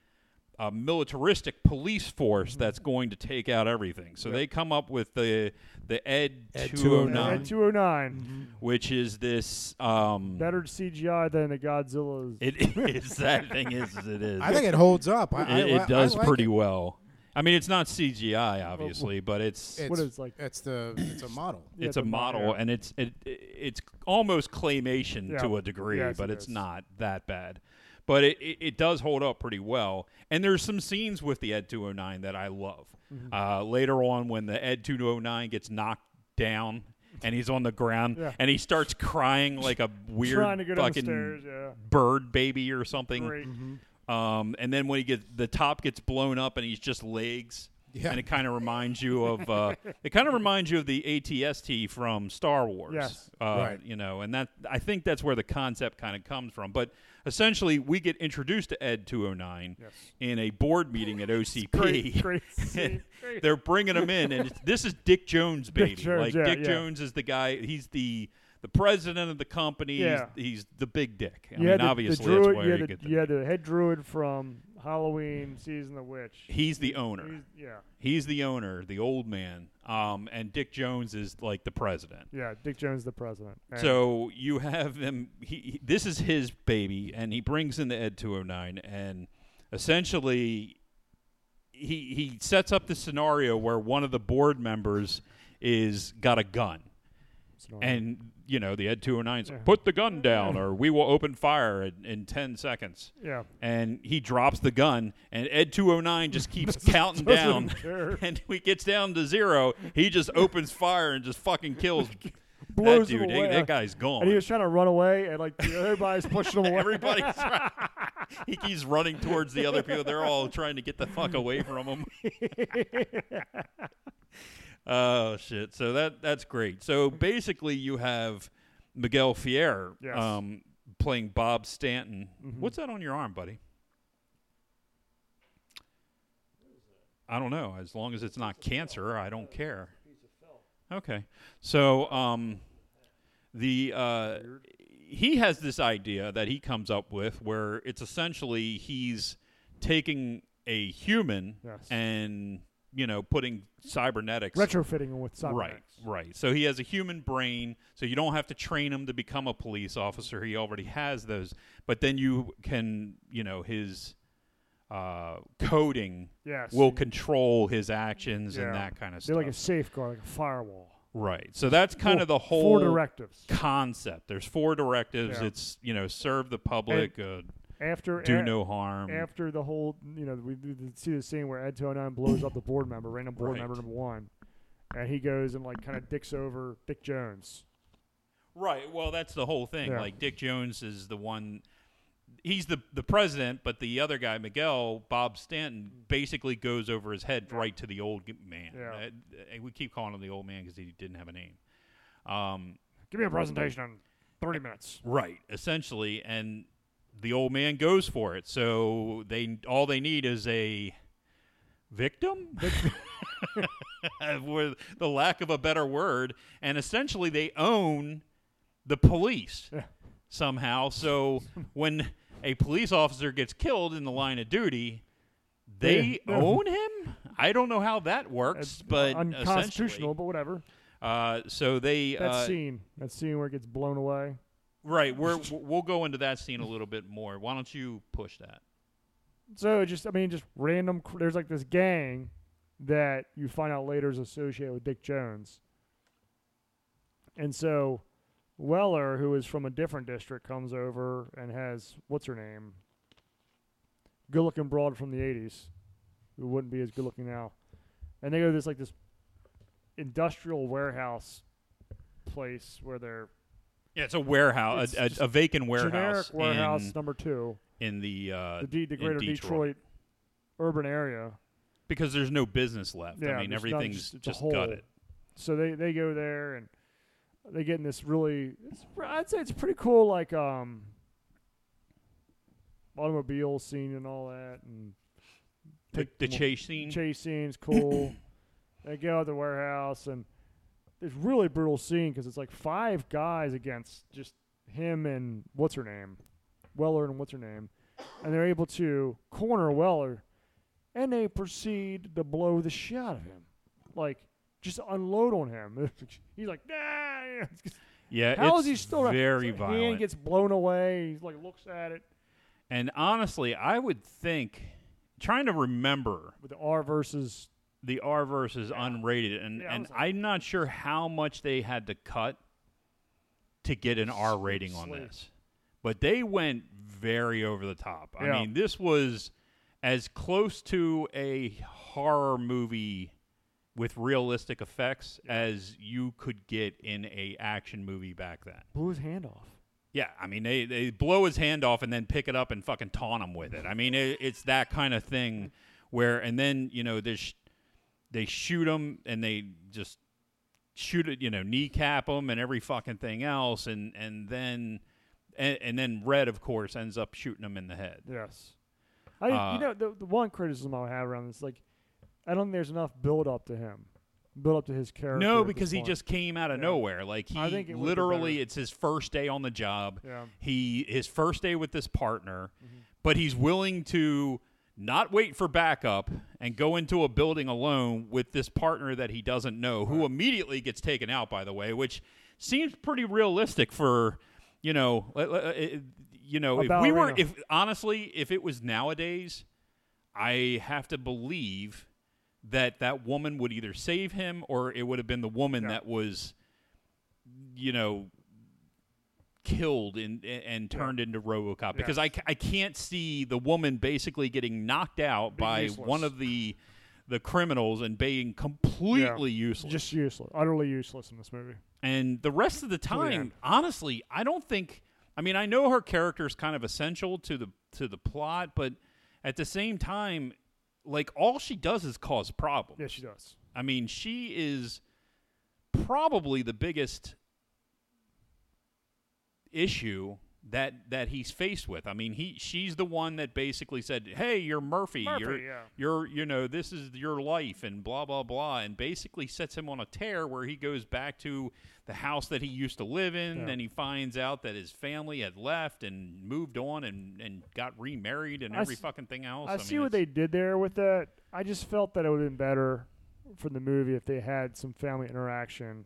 Speaker 2: a militaristic police
Speaker 3: Mm-hmm.
Speaker 2: force that's going to take out everything. So they come up with the the Ed,
Speaker 3: Ed
Speaker 2: 209,
Speaker 1: At 209,
Speaker 2: which is this um
Speaker 1: better CGI than the Godzilla's.
Speaker 2: it is that thing is it is.
Speaker 3: I think it holds up. I, I-
Speaker 2: it,
Speaker 3: I- I
Speaker 2: it does
Speaker 3: like
Speaker 2: pretty
Speaker 3: it.
Speaker 2: well. I mean, it's not CGI, obviously, but it's
Speaker 3: It's,
Speaker 1: What is like-
Speaker 3: It's the it's a model.
Speaker 1: yeah,
Speaker 2: it's a
Speaker 1: the mo-
Speaker 2: model,
Speaker 1: yeah.
Speaker 2: and it's it it's almost claymation
Speaker 1: Yeah.
Speaker 2: to a degree,
Speaker 1: Yes,
Speaker 2: but
Speaker 1: it
Speaker 2: it's
Speaker 1: is.
Speaker 2: not that bad. But it, it, it does hold up pretty well, and there's some scenes with the Ed 209 that I love.
Speaker 1: Mm-hmm.
Speaker 2: Uh, later on, when the Ed 209 gets knocked down and he's on the ground
Speaker 1: Yeah.
Speaker 2: and he starts crying like a weird
Speaker 1: trying to get on the
Speaker 2: fucking
Speaker 1: stairs. Yeah,
Speaker 2: bird baby or something.
Speaker 1: great.
Speaker 2: Um, and then when he gets the top gets blown up and he's just legs.
Speaker 3: Yeah.
Speaker 2: And it kind of reminds you of uh, it kind of reminds you of the ATST from Star Wars.
Speaker 1: Yes.
Speaker 2: Uh,
Speaker 3: Right.
Speaker 2: You know, and that I think that's where the concept kind of comes from. But essentially, we get introduced to Ed 209
Speaker 1: Yes.
Speaker 2: in a board meeting at OCP.
Speaker 1: Great, great scene. Great.
Speaker 2: They're bringing him in, and it's, this is Dick Jones, baby.
Speaker 1: Jones,
Speaker 2: like
Speaker 1: yeah,
Speaker 2: Dick
Speaker 1: yeah.
Speaker 2: Jones is the guy. He's the the president of the company.
Speaker 1: Yeah.
Speaker 2: He's, he's the big dick. I
Speaker 1: You
Speaker 2: mean,
Speaker 1: had the- the
Speaker 2: obviously,
Speaker 1: druid-
Speaker 2: that's where
Speaker 1: you
Speaker 2: you
Speaker 1: had
Speaker 2: get
Speaker 1: the,
Speaker 2: the
Speaker 1: you had the head druid from Halloween season of the witch.
Speaker 2: He's the owner.
Speaker 1: He's, yeah,
Speaker 2: He's the owner, the old man, um, and Dick Jones is like the president.
Speaker 1: yeah. Dick Jones, the president. And
Speaker 2: So you have him. He, he- this is his baby, and he brings in the Ed 209, and essentially, he he sets up the scenario where one of the board members is got a gun,
Speaker 1: it's not-
Speaker 2: and you know the Ed 209's
Speaker 1: Yeah.
Speaker 2: like, put the gun down, or we will open fire in, in 10 seconds.
Speaker 1: yeah,
Speaker 2: And he drops the gun, and Ed 209 just keeps counting
Speaker 1: Doesn't
Speaker 2: down
Speaker 1: care.
Speaker 2: and he gets down to zero. He just opens fire and just fucking kills that
Speaker 1: Blows him
Speaker 2: dude. He-
Speaker 1: away.
Speaker 2: that guy's gone.
Speaker 1: and he was trying to run away, and like everybody's pushing him away.
Speaker 2: Everybody's he keeps running towards the other people. They're all trying to get the fuck away from him. oh shit! So that that's great. So basically, you have Miguel Fier
Speaker 1: Yes.
Speaker 2: um, playing Bob Stanton. What's that on your arm, buddy? I don't know. As long as it's not cancer, I don't care. Okay. So um, the uh, he has this idea that he comes up with where it's essentially he's taking a human
Speaker 1: Yes.
Speaker 2: and you know putting cybernetics
Speaker 1: Retrofitting him with something.
Speaker 2: right right so he has a human brain so you don't have to train him to become a police officer he already has those but then you can you know his uh, coding
Speaker 1: Yes.
Speaker 2: will control his actions and
Speaker 1: Yeah.
Speaker 2: that kind of
Speaker 1: They're
Speaker 2: stuff
Speaker 1: like a safeguard, like a firewall.
Speaker 2: right so that's kind
Speaker 1: Four-
Speaker 2: of the whole
Speaker 1: four directives
Speaker 2: concept. There's four directives.
Speaker 1: Yeah.
Speaker 2: It's you know serve the public, uh,
Speaker 1: after
Speaker 2: do
Speaker 1: a-
Speaker 2: no harm.
Speaker 1: after the whole, you know, we do the- see the scene where Ed 209 blows up the board member, random board
Speaker 2: Right.
Speaker 1: member number one, and he goes and like kind of dicks over Dick Jones.
Speaker 2: right. Well, that's the whole thing.
Speaker 1: Yeah.
Speaker 2: Like Dick Jones is the one. He's the the president, but the other guy, Miguel Bob Stanton, basically goes over his head right to the old g- man.
Speaker 1: Yeah.
Speaker 2: Uh, uh, we keep calling him the old man because he didn't have a name. Um,
Speaker 1: Give me a presentation in 30 minutes.
Speaker 2: right. Essentially, and the old man goes for it. So they all they need is a victim. with the lack of a better word, and essentially they own the police
Speaker 1: Yeah.
Speaker 2: somehow. So when a police officer gets killed in the line of duty, they
Speaker 1: Yeah.
Speaker 2: own him. I don't know how that works,
Speaker 1: It's
Speaker 2: but
Speaker 1: unconstitutional, but whatever.
Speaker 2: essentially, Uh, so they
Speaker 1: That
Speaker 2: uh,
Speaker 1: scene, that scene where it gets blown away.
Speaker 2: right. We're, we'll go into that scene a little bit more. Why don't you push that?
Speaker 1: So just, I mean, just random. cr- There's like this gang that you find out later is associated with Dick Jones, and so Weller, who is from a different district, comes over and has what's her name, good-looking broad from the '80s, who wouldn't be as good-looking now, and they go to this like this industrial warehouse place where they're
Speaker 2: Yeah, it's a
Speaker 1: It's
Speaker 2: warehouse, a, a,
Speaker 1: just
Speaker 2: a vacant warehouse,
Speaker 1: generic warehouse
Speaker 2: in,
Speaker 1: number two,
Speaker 2: in the uh,
Speaker 1: the, D- the
Speaker 2: in
Speaker 1: greater
Speaker 2: Detroit.
Speaker 1: Detroit urban area.
Speaker 2: because there's no business left.
Speaker 1: Yeah,
Speaker 2: I mean,
Speaker 1: there's not- it's
Speaker 2: everything's
Speaker 1: a
Speaker 2: just
Speaker 1: hole.
Speaker 2: gutted.
Speaker 1: so they they go there and they get in this really it's, pr- i'd say it's pretty cool like um automobile scene and all that and
Speaker 2: The,
Speaker 1: take
Speaker 2: the
Speaker 1: mo-
Speaker 2: chase scene.
Speaker 1: chase scene's cool they go out the warehouse and it's really brutal scene because it's like five guys against just him and what's her name weller and what's her name and they're able to corner weller and they proceed to blow the shit out of him like just unload on him he's like nah.
Speaker 2: Yeah,
Speaker 1: how
Speaker 2: it's
Speaker 1: is he still around?
Speaker 2: very
Speaker 1: His hand
Speaker 2: violent.
Speaker 1: gets blown away he like looks at it
Speaker 2: and honestly, I would think trying to remember
Speaker 1: with the r versus
Speaker 2: the R versus
Speaker 1: Yeah.
Speaker 2: unrated, and
Speaker 1: Yeah, I
Speaker 2: and
Speaker 1: was like-
Speaker 2: I'm not sure how much they had to cut to get an R
Speaker 1: Sl-
Speaker 2: rating on
Speaker 1: slate.
Speaker 2: this, but they went very over the top. I
Speaker 1: Yeah.
Speaker 2: mean, this was as close to a horror movie with realistic effects as you could get in a action movie back then.
Speaker 1: blew his hand off
Speaker 2: Yeah, I mean they, they blow his hand off and then pick it up and fucking taunt him with it. I mean it, it's that kind of thing where and then you know they sh- they shoot him and they just shoot it you know kneecap him and every fucking thing else and and then and, and then Red of course ends up shooting him in the head.
Speaker 1: Yes. I
Speaker 2: Uh,
Speaker 1: you know the, the one criticism I would have around this like I don't think there's enough build up to him, build up to his character.
Speaker 2: No,
Speaker 1: at this
Speaker 2: because he
Speaker 1: point.
Speaker 2: just came out of
Speaker 1: Yeah.
Speaker 2: nowhere. Like he
Speaker 1: I think it would've been
Speaker 2: literally,
Speaker 1: better.
Speaker 2: it's his first day on the job.
Speaker 1: Yeah.
Speaker 2: He his first day with this partner, but he's willing to not wait for backup and go into a building alone with this partner that he doesn't know, who immediately gets taken out. By the way, which seems pretty realistic for you know, let- let- uh, you know,
Speaker 1: A
Speaker 2: if we were,
Speaker 1: ballerina.
Speaker 2: if honestly, if it was nowadays, I have to believe that that woman would either save him or it would have been the woman
Speaker 1: Yeah.
Speaker 2: that was, you know, killed and and turned into RoboCop because I, ca- I can't see the woman basically getting knocked out by
Speaker 1: useless.
Speaker 2: one of the the criminals and being completely useless.
Speaker 1: just useless, utterly useless in this movie.
Speaker 2: And the rest of the
Speaker 1: the
Speaker 2: time,
Speaker 1: end.
Speaker 2: honestly, I don't think. I mean, I know her character is kind of essential to the to the plot, but at the same time, like all she does is cause problems.
Speaker 1: Yeah, she does.
Speaker 2: I mean, she is probably the biggest issue that that he's faced with. I mean, he she's the one that basically said, "Hey, you're Murphy.
Speaker 1: Murphy,
Speaker 2: you're
Speaker 1: yeah.
Speaker 2: you're you know this is your life," and blah blah blah, and basically sets him on a tear where he goes back to the house that he used to live in,
Speaker 1: Yeah.
Speaker 2: and he finds out that his family had left and moved on and and got remarried and
Speaker 1: I
Speaker 2: every
Speaker 1: s-
Speaker 2: fucking thing else.
Speaker 1: I
Speaker 2: mean,
Speaker 1: see what
Speaker 2: it's-
Speaker 1: they did there with that. I just felt that it would have been better for the movie if they had some family interaction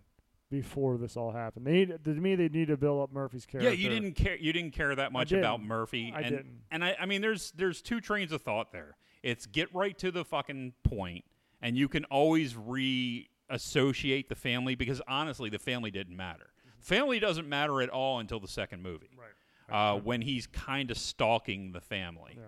Speaker 1: before this all happened. They need, to me they need to build up Murphy's character.
Speaker 2: Yeah, you didn't care. You didn't care that much about
Speaker 1: didn't.
Speaker 2: Murphy.
Speaker 1: I
Speaker 2: and,
Speaker 1: didn't.
Speaker 2: And I, I mean, there's there's two trains of thought there. It's get right to the fucking point, and you can always reassociate the family because honestly, the family didn't matter.
Speaker 1: Mm-hmm.
Speaker 2: Family doesn't matter at all until the second movie, right? Uh, when he's kind of stalking the family.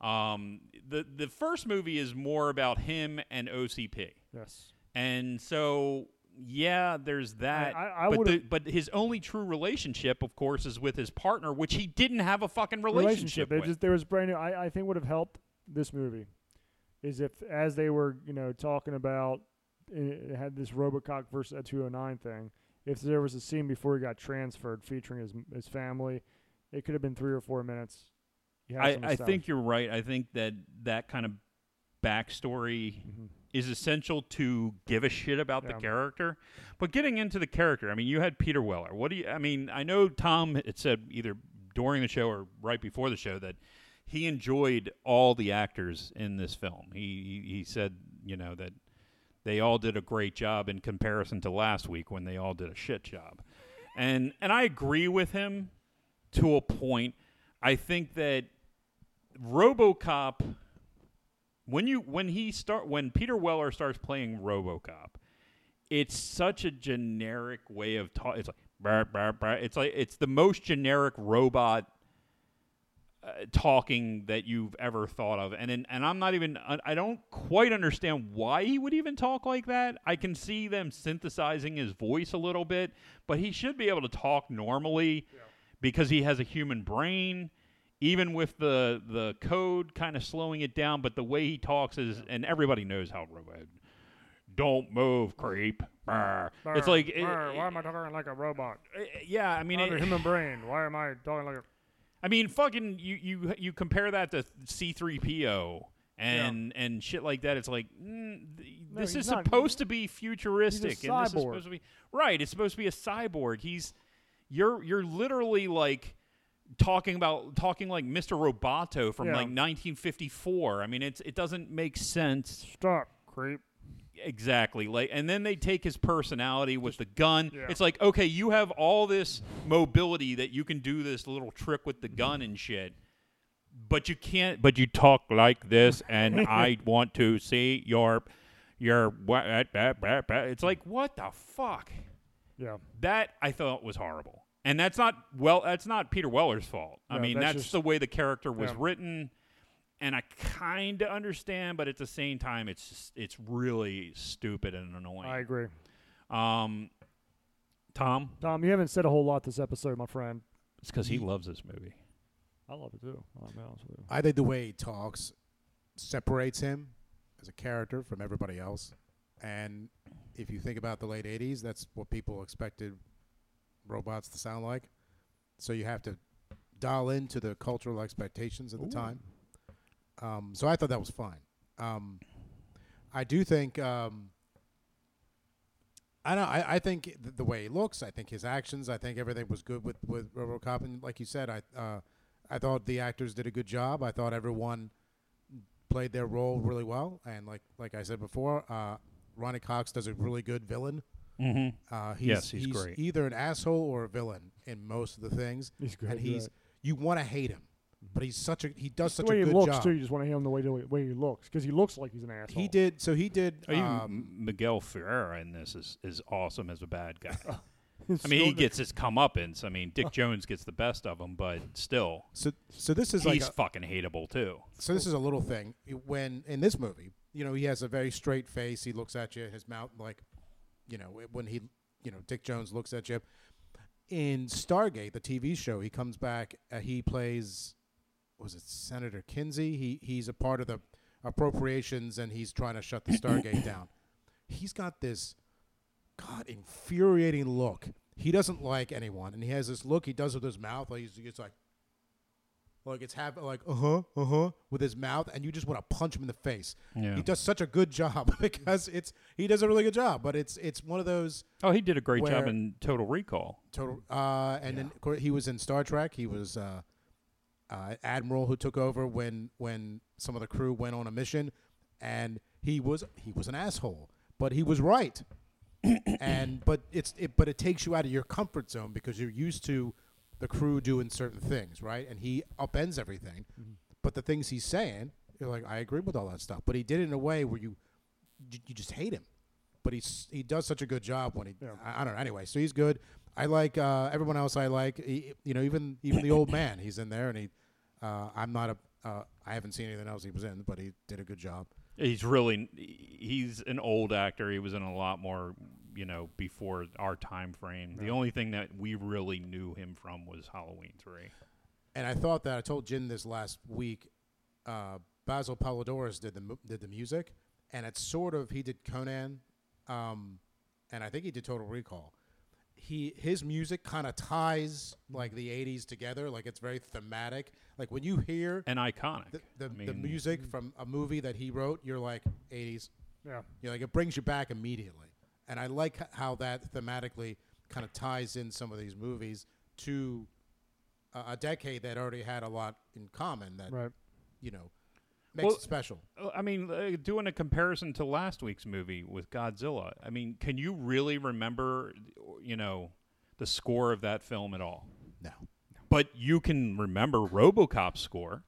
Speaker 2: Um, the the first movie is more about him and OCP,
Speaker 1: Yes.
Speaker 2: and so. Yeah, there's that.
Speaker 1: I- I
Speaker 2: but,
Speaker 1: would've-
Speaker 2: the, but his only true relationship, of course, is with his partner, which he didn't have a fucking relationship,
Speaker 1: relationship. They
Speaker 2: with.
Speaker 1: just there was brand new. I, I think would have helped this movie is if as they were you know talking about eh, it it had this Robocop versus a 209 thing. If there was a scene before he got transferred featuring his his family, it could have been three or four minutes. You have
Speaker 2: I,
Speaker 1: some
Speaker 2: I think
Speaker 1: established-
Speaker 2: you're right. I think that that kind of backstory
Speaker 1: Mm-hmm.
Speaker 2: is essential to give a shit about the
Speaker 1: Yeah.
Speaker 2: character. But getting into the character, I mean, you had Peter Weller. What do you? I mean, I know Tom had said either during the show or right before the show that he enjoyed all the actors in this film. He he, he said, you know, that they all did a great job in comparison to last week when they all did a shit job. And and I agree with him to a point. I think that RoboCop when you when he start when Peter Weller starts playing RoboCop, it's such a generic way of talking. It's like brr, brr, brr. it's like it's the most generic robot uh, talking that you've ever thought of, and in, and I'm not even I- I don't quite understand why he would even talk like that. I can see them synthesizing his voice a little bit, but he should be able to talk normally because he has a human brain. Even with the the code kind of slowing it down, but the way he talks is, and everybody knows how robot don't move, creep. Brr. It's
Speaker 1: Brr,
Speaker 2: like, it-
Speaker 1: brr, why am I talking like a robot?
Speaker 2: it- yeah, I mean,
Speaker 1: I have a
Speaker 2: it,
Speaker 1: human brain. Why am I talking like a?
Speaker 2: I mean, fucking, you you you compare that to C three PO and and shit like that. It's like mm, th-
Speaker 1: No,
Speaker 2: this
Speaker 1: he's
Speaker 2: is
Speaker 1: not-
Speaker 2: supposed to be futuristic, and this is
Speaker 1: cyborg.
Speaker 2: supposed to be right. It's supposed to be a cyborg. He's you're you're literally like talking about talking like Mr. Roboto from
Speaker 1: Yeah.
Speaker 2: like 1954. I mean, it's it doesn't make sense.
Speaker 1: Stop, creep.
Speaker 2: Exactly. Like, and then they take his personality with the gun.
Speaker 1: Yeah.
Speaker 2: It's like, okay, you have all this mobility that you can do this little trick with the gun and shit, but you can't. But you talk like this, and I want to see your, your. wha- uh, bah, bah, bah. It's like, what the fuck?
Speaker 1: Yeah.
Speaker 2: That I thought was horrible, and that's not well. That's not Peter Weller's fault. I
Speaker 1: No,
Speaker 2: mean,
Speaker 1: that's
Speaker 2: that's,
Speaker 1: just-
Speaker 2: the way the character was
Speaker 1: Yeah.
Speaker 2: written, and I kind of understand, but at the same time, it's just, it's really stupid and
Speaker 1: I
Speaker 2: annoying.
Speaker 1: agree.
Speaker 2: um, Tom,
Speaker 1: Tom, you haven't said a whole lot this episode, my friend.
Speaker 2: it's because he loves this movie.
Speaker 1: I love it too. I'll be honest with you.
Speaker 3: I think the way he talks separates him as a character from everybody else. And if you think about the late 80s, that's what people expected robots to sound like. So you have to dial into the cultural expectations of the time. Um, so I thought that was fine. Um, I do think. Um, I don't. I, I think th- the way he looks. I think his actions. I think everything was good with with RoboCop. And like you said, I uh, I thought the actors did a good job. I thought everyone played their role really well. And like like I said before, uh, Ronnie Cox does a really good villain.
Speaker 2: Mm-hmm.
Speaker 3: Uh, he's,
Speaker 2: Yes, he's great.
Speaker 3: Either an asshole or a villain in most of the things.
Speaker 1: He's good,
Speaker 3: And
Speaker 1: you're
Speaker 3: he's
Speaker 1: right.
Speaker 3: you want to hate him, but he's such a he does such
Speaker 1: the way he
Speaker 3: a good
Speaker 1: looks
Speaker 3: job.
Speaker 1: too. You just want to hate him the way the way he looks because he looks like he's an asshole.
Speaker 3: He did so. He did.
Speaker 1: Uh,
Speaker 2: Even
Speaker 3: Um,
Speaker 2: Miguel Ferreira in this is, is awesome as a bad guy.
Speaker 1: He's
Speaker 2: I mean, he
Speaker 1: still-
Speaker 2: gets his comeuppance. I mean, Dick Jones gets the best of him, but still,
Speaker 3: so so this is
Speaker 2: he's
Speaker 3: like a-
Speaker 2: fucking hateable too.
Speaker 3: so this is a little thing when in this movie you know he has a very straight face he looks at you his mouth like you know when he you know dick jones looks at you in stargate the tv show he comes back uh, he plays was it senator kinsey he he's a part of the appropriations and he's trying to shut the stargate down he's got this god infuriating look he doesn't like anyone and he has this look he does with his mouth like he's, he's like like it's hap- like uh huh uh huh with his mouth, and you just want to punch him in the face.
Speaker 2: Yeah.
Speaker 3: He does such a good job because it's he does a really good job, but it's it's one of those
Speaker 2: Oh, he did a great job
Speaker 3: Where-
Speaker 2: in Total Recall.
Speaker 3: total. Uh, and then of course, he was in Star Trek. He was uh, uh, admiral who took over when when some of the crew went on a mission, and he was he was an asshole, but he was right. and but it's it, but it takes you out of your comfort zone because you're used to the crew doing certain things, right? And he upends everything. But the things he's saying, you're like, I agree with all that stuff. But he did it in a way where you you, you just hate him. But he's he does such a good job when he I, I don't know anyway. So he's good. I like uh, everyone else. I like he, you know even even the old man. He's in there and he. Uh, I'm not a. Uh, I haven't seen anything else he was in, but he did a good job.
Speaker 2: He's really he's an old actor. He was in a lot more, you know, before our time frame. The only thing that we really knew him from was Halloween 3.
Speaker 3: And I thought that I told Jin this last week. Uh, Basil Polidorus did the mu- did the music, and it's sort of he did Conan, um, and I think he did Total Recall. He his music kind of ties like the '80s together, like it's very thematic. Like when you hear
Speaker 2: And iconic.
Speaker 3: the the,
Speaker 2: I mean, mm.
Speaker 3: the music from a movie that he wrote, you're like '80s.
Speaker 1: Yeah.
Speaker 3: You know, like it brings you back immediately. And I like h- how that thematically kind of ties in some of these movies to a, a decade that already had a lot in common that
Speaker 1: Right.
Speaker 3: you know makes
Speaker 2: Well-
Speaker 3: it special.
Speaker 2: Uh, I mean, uh, doing a comparison to last week's movie with Godzilla, I mean, can you really remember, you know, the score of that film at all?
Speaker 3: No,
Speaker 2: But you can remember RoboCop's score.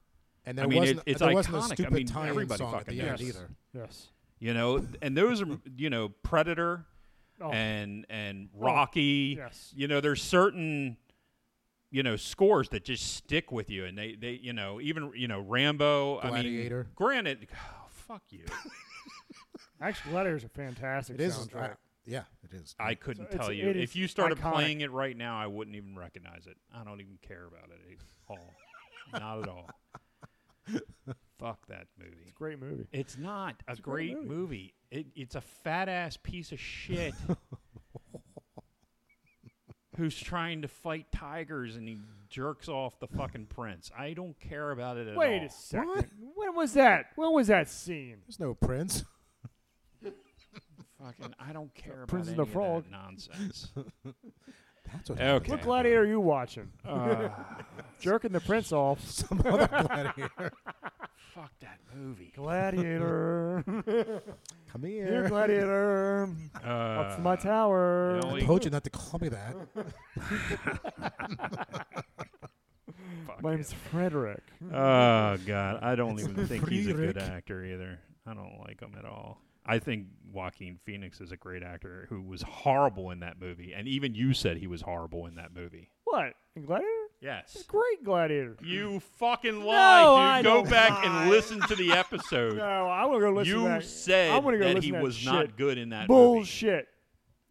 Speaker 3: and
Speaker 2: I
Speaker 3: there
Speaker 2: mean, it-
Speaker 3: wasn't
Speaker 2: it's
Speaker 3: there wasn't
Speaker 2: iconic. I
Speaker 3: a stupid
Speaker 2: mean,
Speaker 3: tie-in
Speaker 2: everybody
Speaker 3: song at
Speaker 2: fucking
Speaker 3: the end
Speaker 2: knows.
Speaker 3: either.
Speaker 1: Yes.
Speaker 2: You know, and those are you know Predator
Speaker 1: Oh.
Speaker 2: and and Rocky.
Speaker 1: yes.
Speaker 2: You know, there's certain you know scores that just stick with you, and they they you know even you know Rambo. I
Speaker 3: Gladiator.
Speaker 2: mean, granted, oh, fuck you.
Speaker 1: Actually, Gladiator's a fantastic
Speaker 3: It is,
Speaker 1: soundtrack.
Speaker 3: uh, yeah, it is.
Speaker 2: I couldn't
Speaker 1: It's-
Speaker 2: tell you.
Speaker 1: it
Speaker 2: If
Speaker 1: is
Speaker 2: you started
Speaker 1: iconic.
Speaker 2: playing it right now, I wouldn't even recognize it. I don't even care about it at all. Not at all. Fuck that movie.
Speaker 1: Great movie.
Speaker 2: It's not a
Speaker 1: great
Speaker 2: great, movie. It, it's a fat ass piece of shit who's trying to fight tigers and he jerks off the fucking prince. I don't care about it at
Speaker 1: Wait
Speaker 2: all.
Speaker 1: a second. When was that? When was that scene?
Speaker 3: There's no Prince.
Speaker 2: Fucking, I don't care about
Speaker 1: Prince
Speaker 2: any
Speaker 1: and the
Speaker 2: of
Speaker 1: Frog.
Speaker 2: that nonsense.
Speaker 3: That's what.
Speaker 2: Okay.
Speaker 3: happened.
Speaker 1: What
Speaker 2: Yeah.
Speaker 1: Gladiator are you watching? Uh,
Speaker 2: Ah,
Speaker 1: Jerking the prince off.
Speaker 3: Some other gladiator.
Speaker 2: fuck that movie.
Speaker 1: Gladiator.
Speaker 3: Come
Speaker 1: Here,
Speaker 3: here.
Speaker 1: Gladiator. Up to my
Speaker 2: Uh,
Speaker 1: tower.
Speaker 2: the
Speaker 3: I
Speaker 2: only-
Speaker 3: told you not to call me that.
Speaker 2: fuck
Speaker 1: My
Speaker 2: it.
Speaker 1: name's Frederick.
Speaker 2: Oh God, I don't even think he's a
Speaker 3: Friedrich.
Speaker 2: good actor either. I don't like him at all. I think Joaquin Phoenix is a great actor who was horrible in that movie, and even you said he was horrible in that movie.
Speaker 1: What? In Gladiator?
Speaker 2: Yes.
Speaker 1: Great Gladiator.
Speaker 2: You fucking lie, dude.
Speaker 1: I
Speaker 2: Go
Speaker 1: don't
Speaker 2: back
Speaker 1: lie.
Speaker 2: and listen to the episode.
Speaker 1: No, I want to go listen
Speaker 2: you
Speaker 1: to that.
Speaker 2: said
Speaker 1: I'm gonna go
Speaker 2: that
Speaker 1: listen
Speaker 2: he
Speaker 1: to that
Speaker 2: was not
Speaker 1: shit.
Speaker 2: good in that movie.
Speaker 1: Bullshit.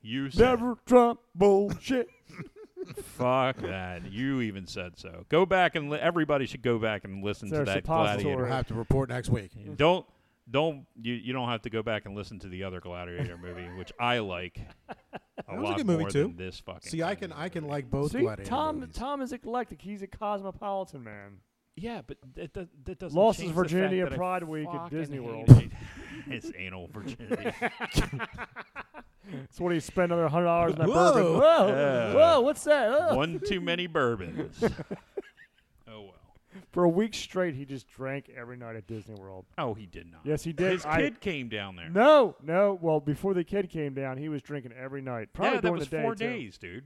Speaker 2: You said
Speaker 1: Never Trump bullshit.
Speaker 2: fuck that. You even said so. Go back and li- everybody should go back and listen
Speaker 1: It's
Speaker 2: to
Speaker 1: our
Speaker 2: that
Speaker 1: suppository.
Speaker 2: gladiator
Speaker 3: We'll have to report next week.
Speaker 2: And don't don't you, you don't have to go back and listen to the other Gladiator movie, which I like a
Speaker 3: was a
Speaker 2: lot
Speaker 3: good movie,
Speaker 2: more
Speaker 3: too.
Speaker 2: than this fucking.
Speaker 3: See, I
Speaker 2: Gladiator
Speaker 3: can I can
Speaker 2: movie.
Speaker 3: like both
Speaker 1: See,
Speaker 3: gladiator
Speaker 1: Tom
Speaker 3: movies.
Speaker 1: Tom is eclectic. He's a cosmopolitan man.
Speaker 2: Yeah, but that, that, that doesn't.
Speaker 1: Lost his
Speaker 2: change the fact
Speaker 1: virginity at
Speaker 2: that I
Speaker 1: Pride Week at
Speaker 2: fucking
Speaker 1: Disney
Speaker 2: hate
Speaker 1: World.
Speaker 2: it. His anal virginity.
Speaker 1: That's what he spent another hundred dollars on that
Speaker 3: Whoa.
Speaker 1: bourbon. Whoa,
Speaker 2: Yeah.
Speaker 1: whoa, what's that? Oh.
Speaker 2: One too many bourbons. Oh well.
Speaker 1: For a week straight, he just drank every night at Disney World.
Speaker 2: Oh, he did not.
Speaker 1: Yes, he did.
Speaker 2: His
Speaker 1: I-
Speaker 2: kid came down there.
Speaker 1: No, no. Well, before the kid came down, he was drinking every night. Probably
Speaker 2: yeah, that
Speaker 1: during
Speaker 2: was
Speaker 1: the day
Speaker 2: four
Speaker 1: too.
Speaker 2: days, dude.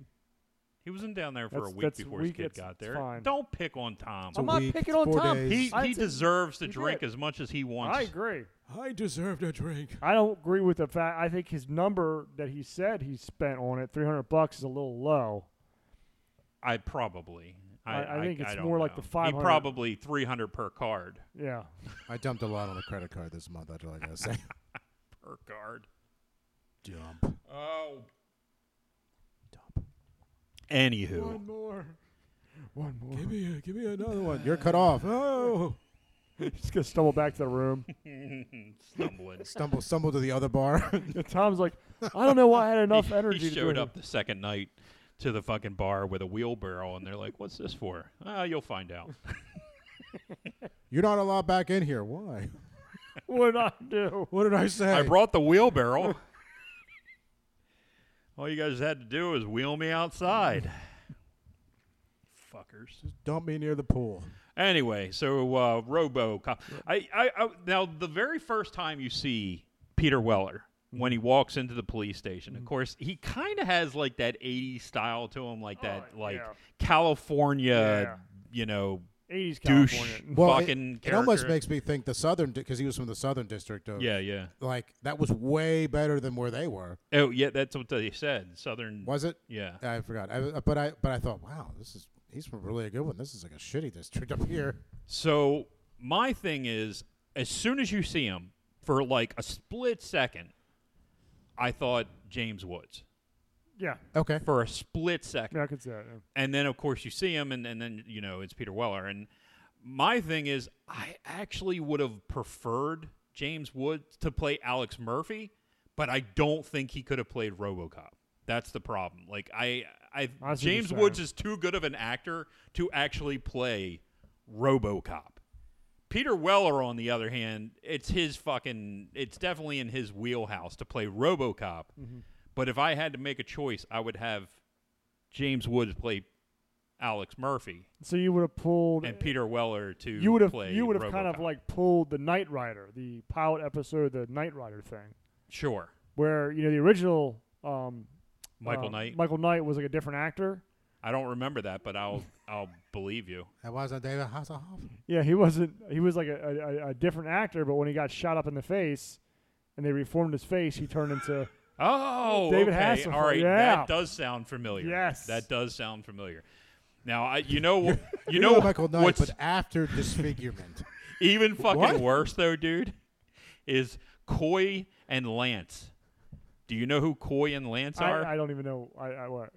Speaker 2: He was in down there for
Speaker 1: That's-
Speaker 2: a week
Speaker 1: that's
Speaker 2: before
Speaker 1: weak,
Speaker 2: his kid
Speaker 1: it's-
Speaker 2: got
Speaker 1: it's
Speaker 2: there.
Speaker 1: fine.
Speaker 2: Don't pick on Tom.
Speaker 3: It's a
Speaker 1: I'm not
Speaker 3: week,
Speaker 1: picking
Speaker 3: it's
Speaker 1: on
Speaker 3: four
Speaker 1: Tom.
Speaker 3: days.
Speaker 2: he
Speaker 1: I
Speaker 2: he
Speaker 1: said-
Speaker 2: deserves to
Speaker 1: he
Speaker 2: drink
Speaker 1: did.
Speaker 2: as much as he wants.
Speaker 1: I agree.
Speaker 3: I deserved a drink.
Speaker 1: I don't agree with the fact. I think his number that he said he spent on it, three hundred bucks, is a little low.
Speaker 2: I probably. I,
Speaker 1: I- I think it's
Speaker 2: don't
Speaker 1: more like
Speaker 2: know.
Speaker 1: the 500.
Speaker 2: He probably three hundred per card.
Speaker 1: Yeah,
Speaker 3: I dumped a lot on the credit card this month. That's all I gotta say.
Speaker 2: Per card.
Speaker 3: Dump.
Speaker 2: Oh. Anywho,
Speaker 1: more, one more.
Speaker 3: me, give me another one. You're cut off. Oh,
Speaker 1: Just gonna stumble back to the room.
Speaker 2: Mm, stumbling.
Speaker 3: stumble, stumble to the other bar.
Speaker 1: And Tom's like, I don't know why I had enough
Speaker 2: he,
Speaker 1: energy
Speaker 2: He
Speaker 1: to
Speaker 2: showed
Speaker 1: do
Speaker 2: up the second night to the fucking bar with a wheelbarrow, and they're like, "What's this for?" Ah, you'll find out.
Speaker 3: You're not allowed back in here. Why?
Speaker 1: it. What I do?
Speaker 3: What did I say?
Speaker 2: I brought the wheelbarrow. All you guys had to do was wheel me outside. Fuckers.
Speaker 3: Dump me near the pool.
Speaker 2: Anyway, so uh, RoboCop. I, I, I now the very first time you see Peter Weller when
Speaker 1: Mm-hmm.
Speaker 2: he walks into the police station, of course he kind of has like that '80s style to him, like that,
Speaker 1: Oh,
Speaker 2: like
Speaker 1: yeah.
Speaker 2: California,
Speaker 1: Yeah.
Speaker 2: you know,
Speaker 1: Eighties
Speaker 2: douche
Speaker 1: California.
Speaker 3: Well, it-
Speaker 2: fucking.
Speaker 3: It almost
Speaker 2: character.
Speaker 3: makes me think the southern because he was from the southern district. Of,
Speaker 2: Yeah, yeah.
Speaker 3: Like that was way better than where they were.
Speaker 2: Oh, yeah. That's what they said. Southern.
Speaker 3: Was it?
Speaker 2: Yeah.
Speaker 3: I forgot. I, but I but I thought, wow, this is he's from really a good one. This is like a shitty district up here.
Speaker 2: So my thing is, as soon as you see him for like a split second, I thought James Woods
Speaker 1: Yeah,
Speaker 3: Okay.
Speaker 2: for a split second.
Speaker 1: yeah, I could see that. yeah.
Speaker 2: and then of course you see him and, and then you know it's peter weller and my thing is i actually would have preferred james wood to play alex murphy but i don't think he could have played robocop that's the problem like i
Speaker 1: I
Speaker 2: i,
Speaker 1: see what
Speaker 2: james
Speaker 1: you're
Speaker 2: woods
Speaker 1: saying.
Speaker 2: is too good of an actor to actually play robocop Peter Weller, on the other hand, it's his fucking. It's definitely in his wheelhouse to play RoboCop.
Speaker 1: Mm-hmm.
Speaker 2: But if I had to make a choice, I would have James Woods play Alex Murphy
Speaker 1: So you would have pulled.
Speaker 2: and Peter Weller to
Speaker 1: you would have.
Speaker 2: play
Speaker 1: You would have kind of
Speaker 2: RoboCop.
Speaker 1: like pulled the Knight Rider, the pilot episode, the Knight Rider thing,
Speaker 2: sure
Speaker 1: where you know the original. Um,
Speaker 2: Michael
Speaker 1: uh,
Speaker 2: Knight.
Speaker 1: Michael Knight was like a different actor.
Speaker 2: I don't remember that, but I'll I'll believe you.
Speaker 3: That was a David Hasselhoff.
Speaker 1: Yeah, he wasn't. He was like a, a, a different actor, but when he got shot up in the face, and they reformed his face, he turned into.
Speaker 2: Oh,
Speaker 1: David
Speaker 2: okay.
Speaker 1: Hasselhoff,
Speaker 2: All right,
Speaker 1: yeah.
Speaker 2: that does sound familiar.
Speaker 1: Yes.
Speaker 2: that does sound familiar. Now I, you know, you,
Speaker 3: You
Speaker 2: know,
Speaker 3: know Michael Knight,
Speaker 2: what's
Speaker 3: but after disfigurement.
Speaker 2: even fucking
Speaker 3: What?
Speaker 2: worse though, dude, is Coy and Lance. Do you know who Coy and Lance are?
Speaker 1: I, I don't even know. I, I what.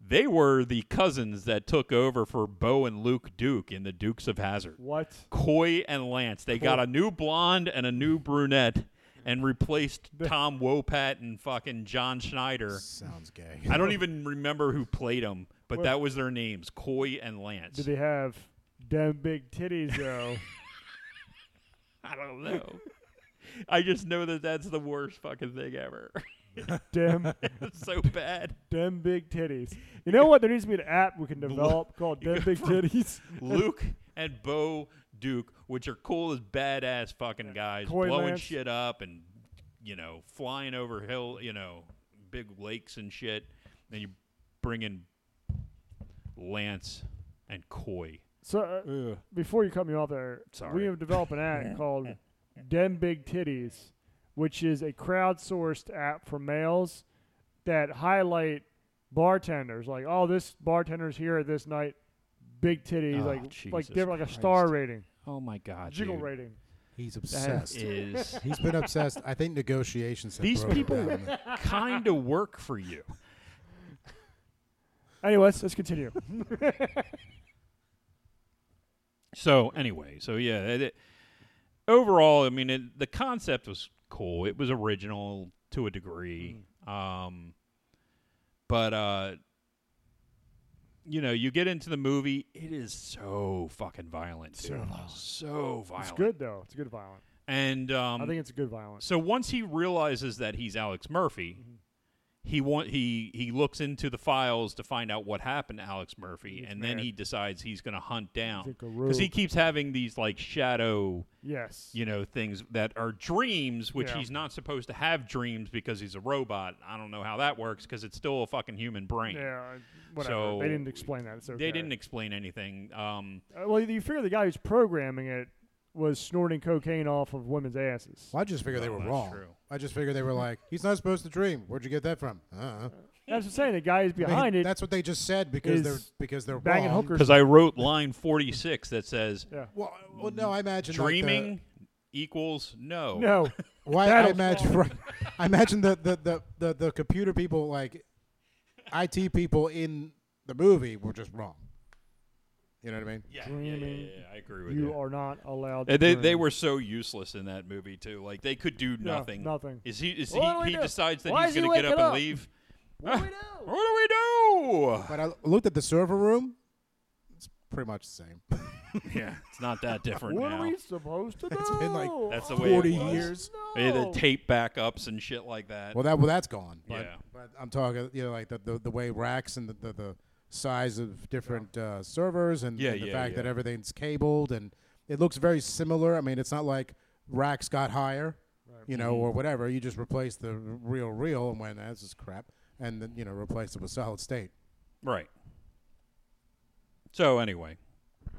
Speaker 2: they were the cousins that took over for Bo and Luke Duke in the Dukes of Hazard.
Speaker 1: What?
Speaker 2: Coy and Lance. They got a new blonde and a new brunette and replaced Tom Wopat and fucking John Schneider.
Speaker 3: Sounds gay.
Speaker 2: I don't even remember who played them, but
Speaker 1: Well-
Speaker 2: that was their names, Coy and Lance.
Speaker 1: Did they have damn big titties though?
Speaker 2: I don't know. I just know that that's the worst fucking thing ever.
Speaker 1: damn,
Speaker 2: it's so bad.
Speaker 1: damn big titties. You know what? There needs to be an app we can develop called
Speaker 2: You
Speaker 1: Damn
Speaker 2: go
Speaker 1: Big
Speaker 2: from-
Speaker 1: Titties.
Speaker 2: Luke and Bo Duke, which are cool as badass fucking guys,
Speaker 1: Coy
Speaker 2: blowing
Speaker 1: Lance.
Speaker 2: shit up and you know flying over hill, you know, big lakes and shit. Then you bring in Lance and Coy.
Speaker 1: So uh, before you cut me off there, we
Speaker 2: Sorry.
Speaker 1: have developed an app called Dem Big Titties, which is a crowdsourced app for males that highlight bartenders. Like, oh, this bartender's here at this night, big titties,
Speaker 2: Oh,
Speaker 1: like like
Speaker 2: Jesus
Speaker 1: they're like a star
Speaker 3: Christ.
Speaker 1: rating,
Speaker 2: Oh my god,
Speaker 1: jiggle rating.
Speaker 3: He's
Speaker 2: That
Speaker 3: obsessed.
Speaker 2: is
Speaker 3: He's been obsessed. I think negotiations. Have
Speaker 2: These
Speaker 3: broken
Speaker 2: people-
Speaker 3: down.
Speaker 2: kind of work for you.
Speaker 1: Anyways, let's continue.
Speaker 2: So anyway, so yeah, it, it- overall, I mean, it, the concept was cool. It was original to a degree,
Speaker 1: Mm-hmm.
Speaker 2: um, but uh, you know, you get into the movie, it is so fucking violent,
Speaker 1: So
Speaker 2: dude.
Speaker 1: violent.
Speaker 2: so violent.
Speaker 1: It's good though. It's good violent.
Speaker 2: And um,
Speaker 1: I think it's a good violent.
Speaker 2: so once he realizes that he's Alex Murphy,
Speaker 1: Mm-hmm.
Speaker 2: he want he he looks into the files to find out what happened to Alex Murphy,
Speaker 1: He's
Speaker 2: and then
Speaker 1: mad.
Speaker 2: he decides he's going to hunt down
Speaker 1: He's like a
Speaker 2: because he
Speaker 1: rogue.
Speaker 2: keeps having these like shadow
Speaker 1: Yes.
Speaker 2: you know things that are dreams, which
Speaker 1: Yeah.
Speaker 2: he's not supposed to have dreams because he's a robot. I don't know how that works because it's still a fucking human brain.
Speaker 1: Yeah, whatever.
Speaker 2: So-
Speaker 1: they didn't explain that. It's okay.
Speaker 2: They didn't explain anything. Um,
Speaker 1: Uh, well, you figure the guy who's programming it was snorting cocaine off of women's asses.
Speaker 3: Well, I just figure they
Speaker 2: No,
Speaker 3: were
Speaker 2: that's
Speaker 3: wrong.
Speaker 2: true.
Speaker 3: I just figure they were like, he's not supposed to dream. Where'd you get that from? Uh-uh.
Speaker 1: That's what I'm saying. The guy who's
Speaker 3: I mean,
Speaker 1: behind it,
Speaker 3: That's what they just said because
Speaker 1: is
Speaker 3: they're because they're
Speaker 1: banging
Speaker 3: wrong.
Speaker 1: hookers.
Speaker 2: because I wrote line forty six that says
Speaker 1: Yeah.
Speaker 3: Well, well, no, I imagine like, the-
Speaker 2: dreaming equals no.
Speaker 1: No.
Speaker 3: Why
Speaker 1: That
Speaker 3: I
Speaker 1: is
Speaker 3: imagine, right, I imagine the, the, the, the, the computer people, like IT people in the movie, were just wrong. You know what I mean?
Speaker 2: Yeah, yeah, yeah,
Speaker 1: Dreaming.
Speaker 2: yeah, yeah, I agree with you.
Speaker 1: you are not allowed. To
Speaker 2: And they
Speaker 1: turn.
Speaker 2: they were so useless in that movie too. Like they could do
Speaker 1: Yeah,
Speaker 2: nothing.
Speaker 1: nothing.
Speaker 2: Is he? Is
Speaker 1: What do we
Speaker 2: he? He
Speaker 1: do?
Speaker 2: decides that
Speaker 1: Why
Speaker 2: he's
Speaker 1: is he
Speaker 2: going to get up,
Speaker 1: waking
Speaker 2: and
Speaker 1: up?
Speaker 2: leave.
Speaker 1: What do we
Speaker 2: Ah,
Speaker 1: do?
Speaker 2: What do we do?
Speaker 3: But I looked at the server room. It's pretty much the same.
Speaker 2: Yeah, it's not that different
Speaker 1: What
Speaker 2: now.
Speaker 1: are we supposed to do?
Speaker 3: It's been like
Speaker 2: That's the
Speaker 1: Oh,
Speaker 2: way it
Speaker 3: 40
Speaker 2: was.
Speaker 3: years.
Speaker 2: Yeah, the
Speaker 1: no.
Speaker 2: tape backups and shit like that.
Speaker 3: Well, that well, that's gone. But,
Speaker 2: Yeah.
Speaker 3: but I'm talking, you know, like the, the, the way racks and the, the, the size of different uh, servers and,
Speaker 2: Yeah,
Speaker 3: and the
Speaker 2: yeah,
Speaker 3: fact that
Speaker 2: yeah.
Speaker 3: everything's cabled and it looks very similar. I mean, it's not like racks got higher, you know, or whatever. You just replace the real real and went, "This is crap," and then you know, replace it with solid state.
Speaker 2: Right. So anyway,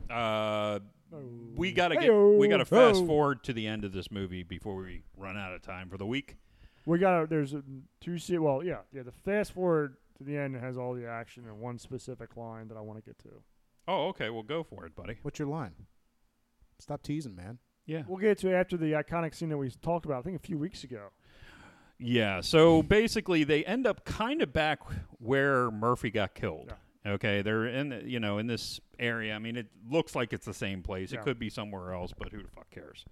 Speaker 2: uh, we gotta get we
Speaker 1: Heyo.
Speaker 2: gotta fast
Speaker 1: Oh.
Speaker 2: forward to the end of this movie before we run out of time for the week.
Speaker 1: We got there's a, two. Se- well, yeah, yeah. The fast forward to the end has all the action and one specific line that I want to get to.
Speaker 2: Oh, okay. Well, go for it, buddy.
Speaker 3: What's your line? Stop teasing, man.
Speaker 2: Yeah.
Speaker 1: We'll get to it after the iconic scene that we talked about. I think a few weeks ago.
Speaker 2: Yeah. So basically, they end up kind of back where Murphy got killed. Okay, they're in the, you know in this area. I mean, it looks like it's the same place.
Speaker 1: Yeah.
Speaker 2: It could be somewhere else, but who the fuck cares?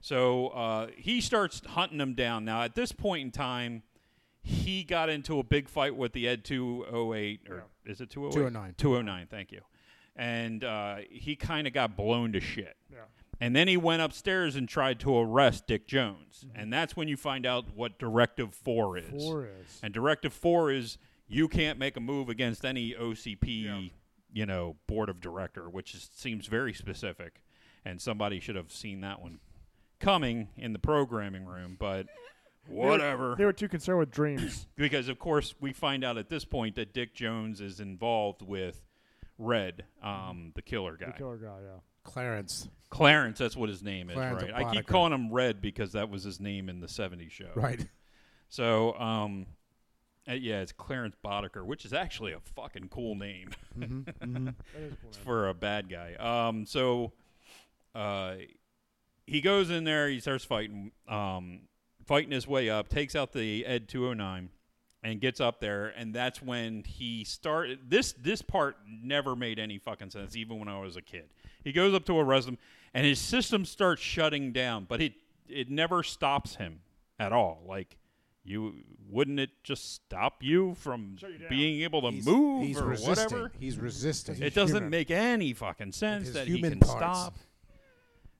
Speaker 2: So uh, he starts hunting them down. Now at this point in time, he got into a big fight with the Ed two oh eight or is it two oh eight?
Speaker 3: 209.
Speaker 2: Two oh nine. Thank you. And uh, he kind of got blown to shit.
Speaker 1: Yeah.
Speaker 2: And then he went upstairs and tried to arrest Dick Jones. And that's when you find out what Directive 4 is.
Speaker 1: Four is.
Speaker 2: And Directive 4 is you can't make a move against any OCP you know, board of director, which is, seems very specific. And somebody should have seen that one coming in the programming room, but whatever.
Speaker 1: They were too concerned with dreams.
Speaker 2: because of course we find out at this point that Dick Jones is involved with Red, um, the killer guy.
Speaker 1: The killer guy, yeah.
Speaker 3: Clarence.
Speaker 2: Clarence, that's what his name is,
Speaker 3: Clarence
Speaker 2: right? I keep
Speaker 3: Apodaca.
Speaker 2: calling him Red because that was his name in the '70s show.
Speaker 3: Right.
Speaker 2: So, um, uh, yeah, it's Clarence Boddicker, which is actually a fucking cool name
Speaker 1: That is a cool
Speaker 2: it's
Speaker 1: name.
Speaker 2: for a bad guy. Um, so, uh, he goes in there, he starts fighting, um, fighting his way up, takes out the Ed 209, and gets up there, and that's when he started. This this part never made any fucking sense, even when I was a kid. He goes up to a resident, and his system starts shutting down, but it it never stops him at all. Like. You wouldn't it just stop you from
Speaker 1: Shut you down.
Speaker 2: being able to
Speaker 3: He's-
Speaker 2: move
Speaker 3: he's
Speaker 2: or
Speaker 3: resisting.
Speaker 2: whatever?
Speaker 3: He's resisting.
Speaker 2: it doesn't
Speaker 3: Human.
Speaker 2: make any fucking sense
Speaker 3: his
Speaker 2: that he
Speaker 3: human
Speaker 2: can
Speaker 3: parts.
Speaker 2: stop.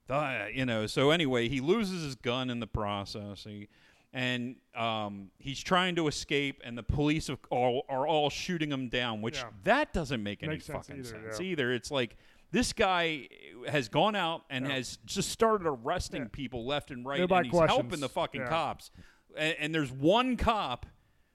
Speaker 2: The- you know, so anyway, he loses his gun in the process. He, and um, he's trying to escape, and the police of- all, are all shooting him down, which
Speaker 1: Yeah.
Speaker 2: that doesn't make any
Speaker 1: Makes sense
Speaker 2: fucking
Speaker 1: either,
Speaker 2: sense
Speaker 1: yeah.
Speaker 2: either. It's like this guy has gone out and
Speaker 1: Yeah.
Speaker 2: has just started arresting
Speaker 1: Yeah.
Speaker 2: people left and right,
Speaker 1: Nobody
Speaker 2: and he's helping
Speaker 1: questions.
Speaker 2: the fucking
Speaker 1: Yeah.
Speaker 2: cops. And, and there's one cop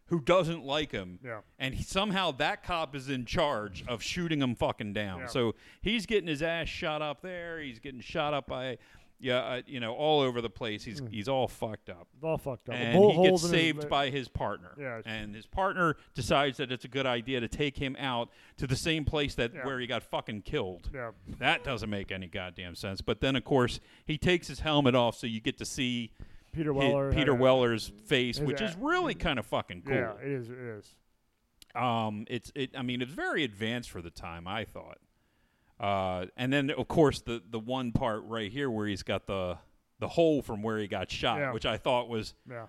Speaker 2: who doesn't like him,
Speaker 1: Yeah.
Speaker 2: and he, somehow that cop is in charge of shooting him fucking down.
Speaker 1: Yeah.
Speaker 2: So he's getting his ass shot up there. He's getting shot up by, yeah, uh, you know, all over the place. He's he's all fucked up,
Speaker 1: It's all fucked up.
Speaker 2: and
Speaker 1: Hmm. Bullet
Speaker 2: he gets
Speaker 1: holes in his
Speaker 2: saved
Speaker 1: leg.
Speaker 2: by his partner.
Speaker 1: Yeah.
Speaker 2: and his partner decides that it's a good idea to take him out to the same place that
Speaker 1: Yeah.
Speaker 2: where he got fucking killed.
Speaker 1: Yeah.
Speaker 2: That doesn't make any goddamn sense. But then, of course, he takes his helmet off, so you get to see
Speaker 1: Peter
Speaker 2: hi-
Speaker 1: Weller.
Speaker 2: Peter
Speaker 1: yeah.
Speaker 2: Weller's face,
Speaker 1: His
Speaker 2: which
Speaker 1: a-
Speaker 2: is really kind of fucking cool.
Speaker 1: Yeah, it is. It is.
Speaker 2: Um, it's it. I mean, it's very advanced for the time. I thought. Uh, and then of course the the one part right here where he's got the the hole from where he got shot,
Speaker 1: Yeah.
Speaker 2: which I thought was
Speaker 1: Yeah.
Speaker 2: ah,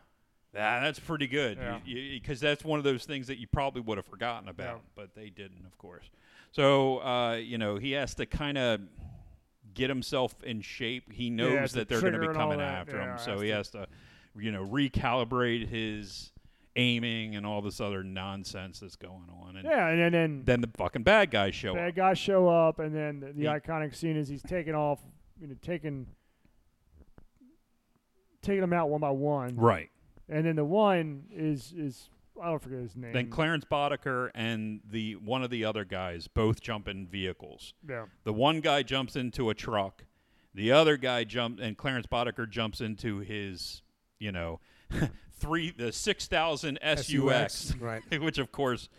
Speaker 2: that's pretty good
Speaker 1: Yeah.
Speaker 2: because that's one of those things that you probably would have forgotten about,
Speaker 1: Yeah.
Speaker 2: but they didn't, of course. So uh, you know he has to kind of get himself in shape. He knows
Speaker 1: it's
Speaker 2: that
Speaker 1: the
Speaker 2: they're going to
Speaker 1: trigger
Speaker 2: be
Speaker 1: and all
Speaker 2: coming
Speaker 1: that.
Speaker 2: after
Speaker 1: Yeah,
Speaker 2: him, so
Speaker 1: has
Speaker 2: he
Speaker 1: to-
Speaker 2: has to you know recalibrate his aiming and all this other nonsense that's going on. And
Speaker 1: Yeah, and then, then
Speaker 2: then the fucking bad guys show up.
Speaker 1: bad guys show up, and then the, the
Speaker 2: He-
Speaker 1: iconic scene is he's taking off, you know, taking taking them out one by one,
Speaker 2: Right.
Speaker 1: and then the one is is I don't forget his name.
Speaker 2: Then Clarence Boddicker and the one of the other guys both jump in vehicles.
Speaker 1: yeah,
Speaker 2: The one guy jumps into a truck. The other guy jumps, and Clarence Boddicker jumps into his, you know, three the six thousand SUX,
Speaker 3: Right.
Speaker 2: which of course,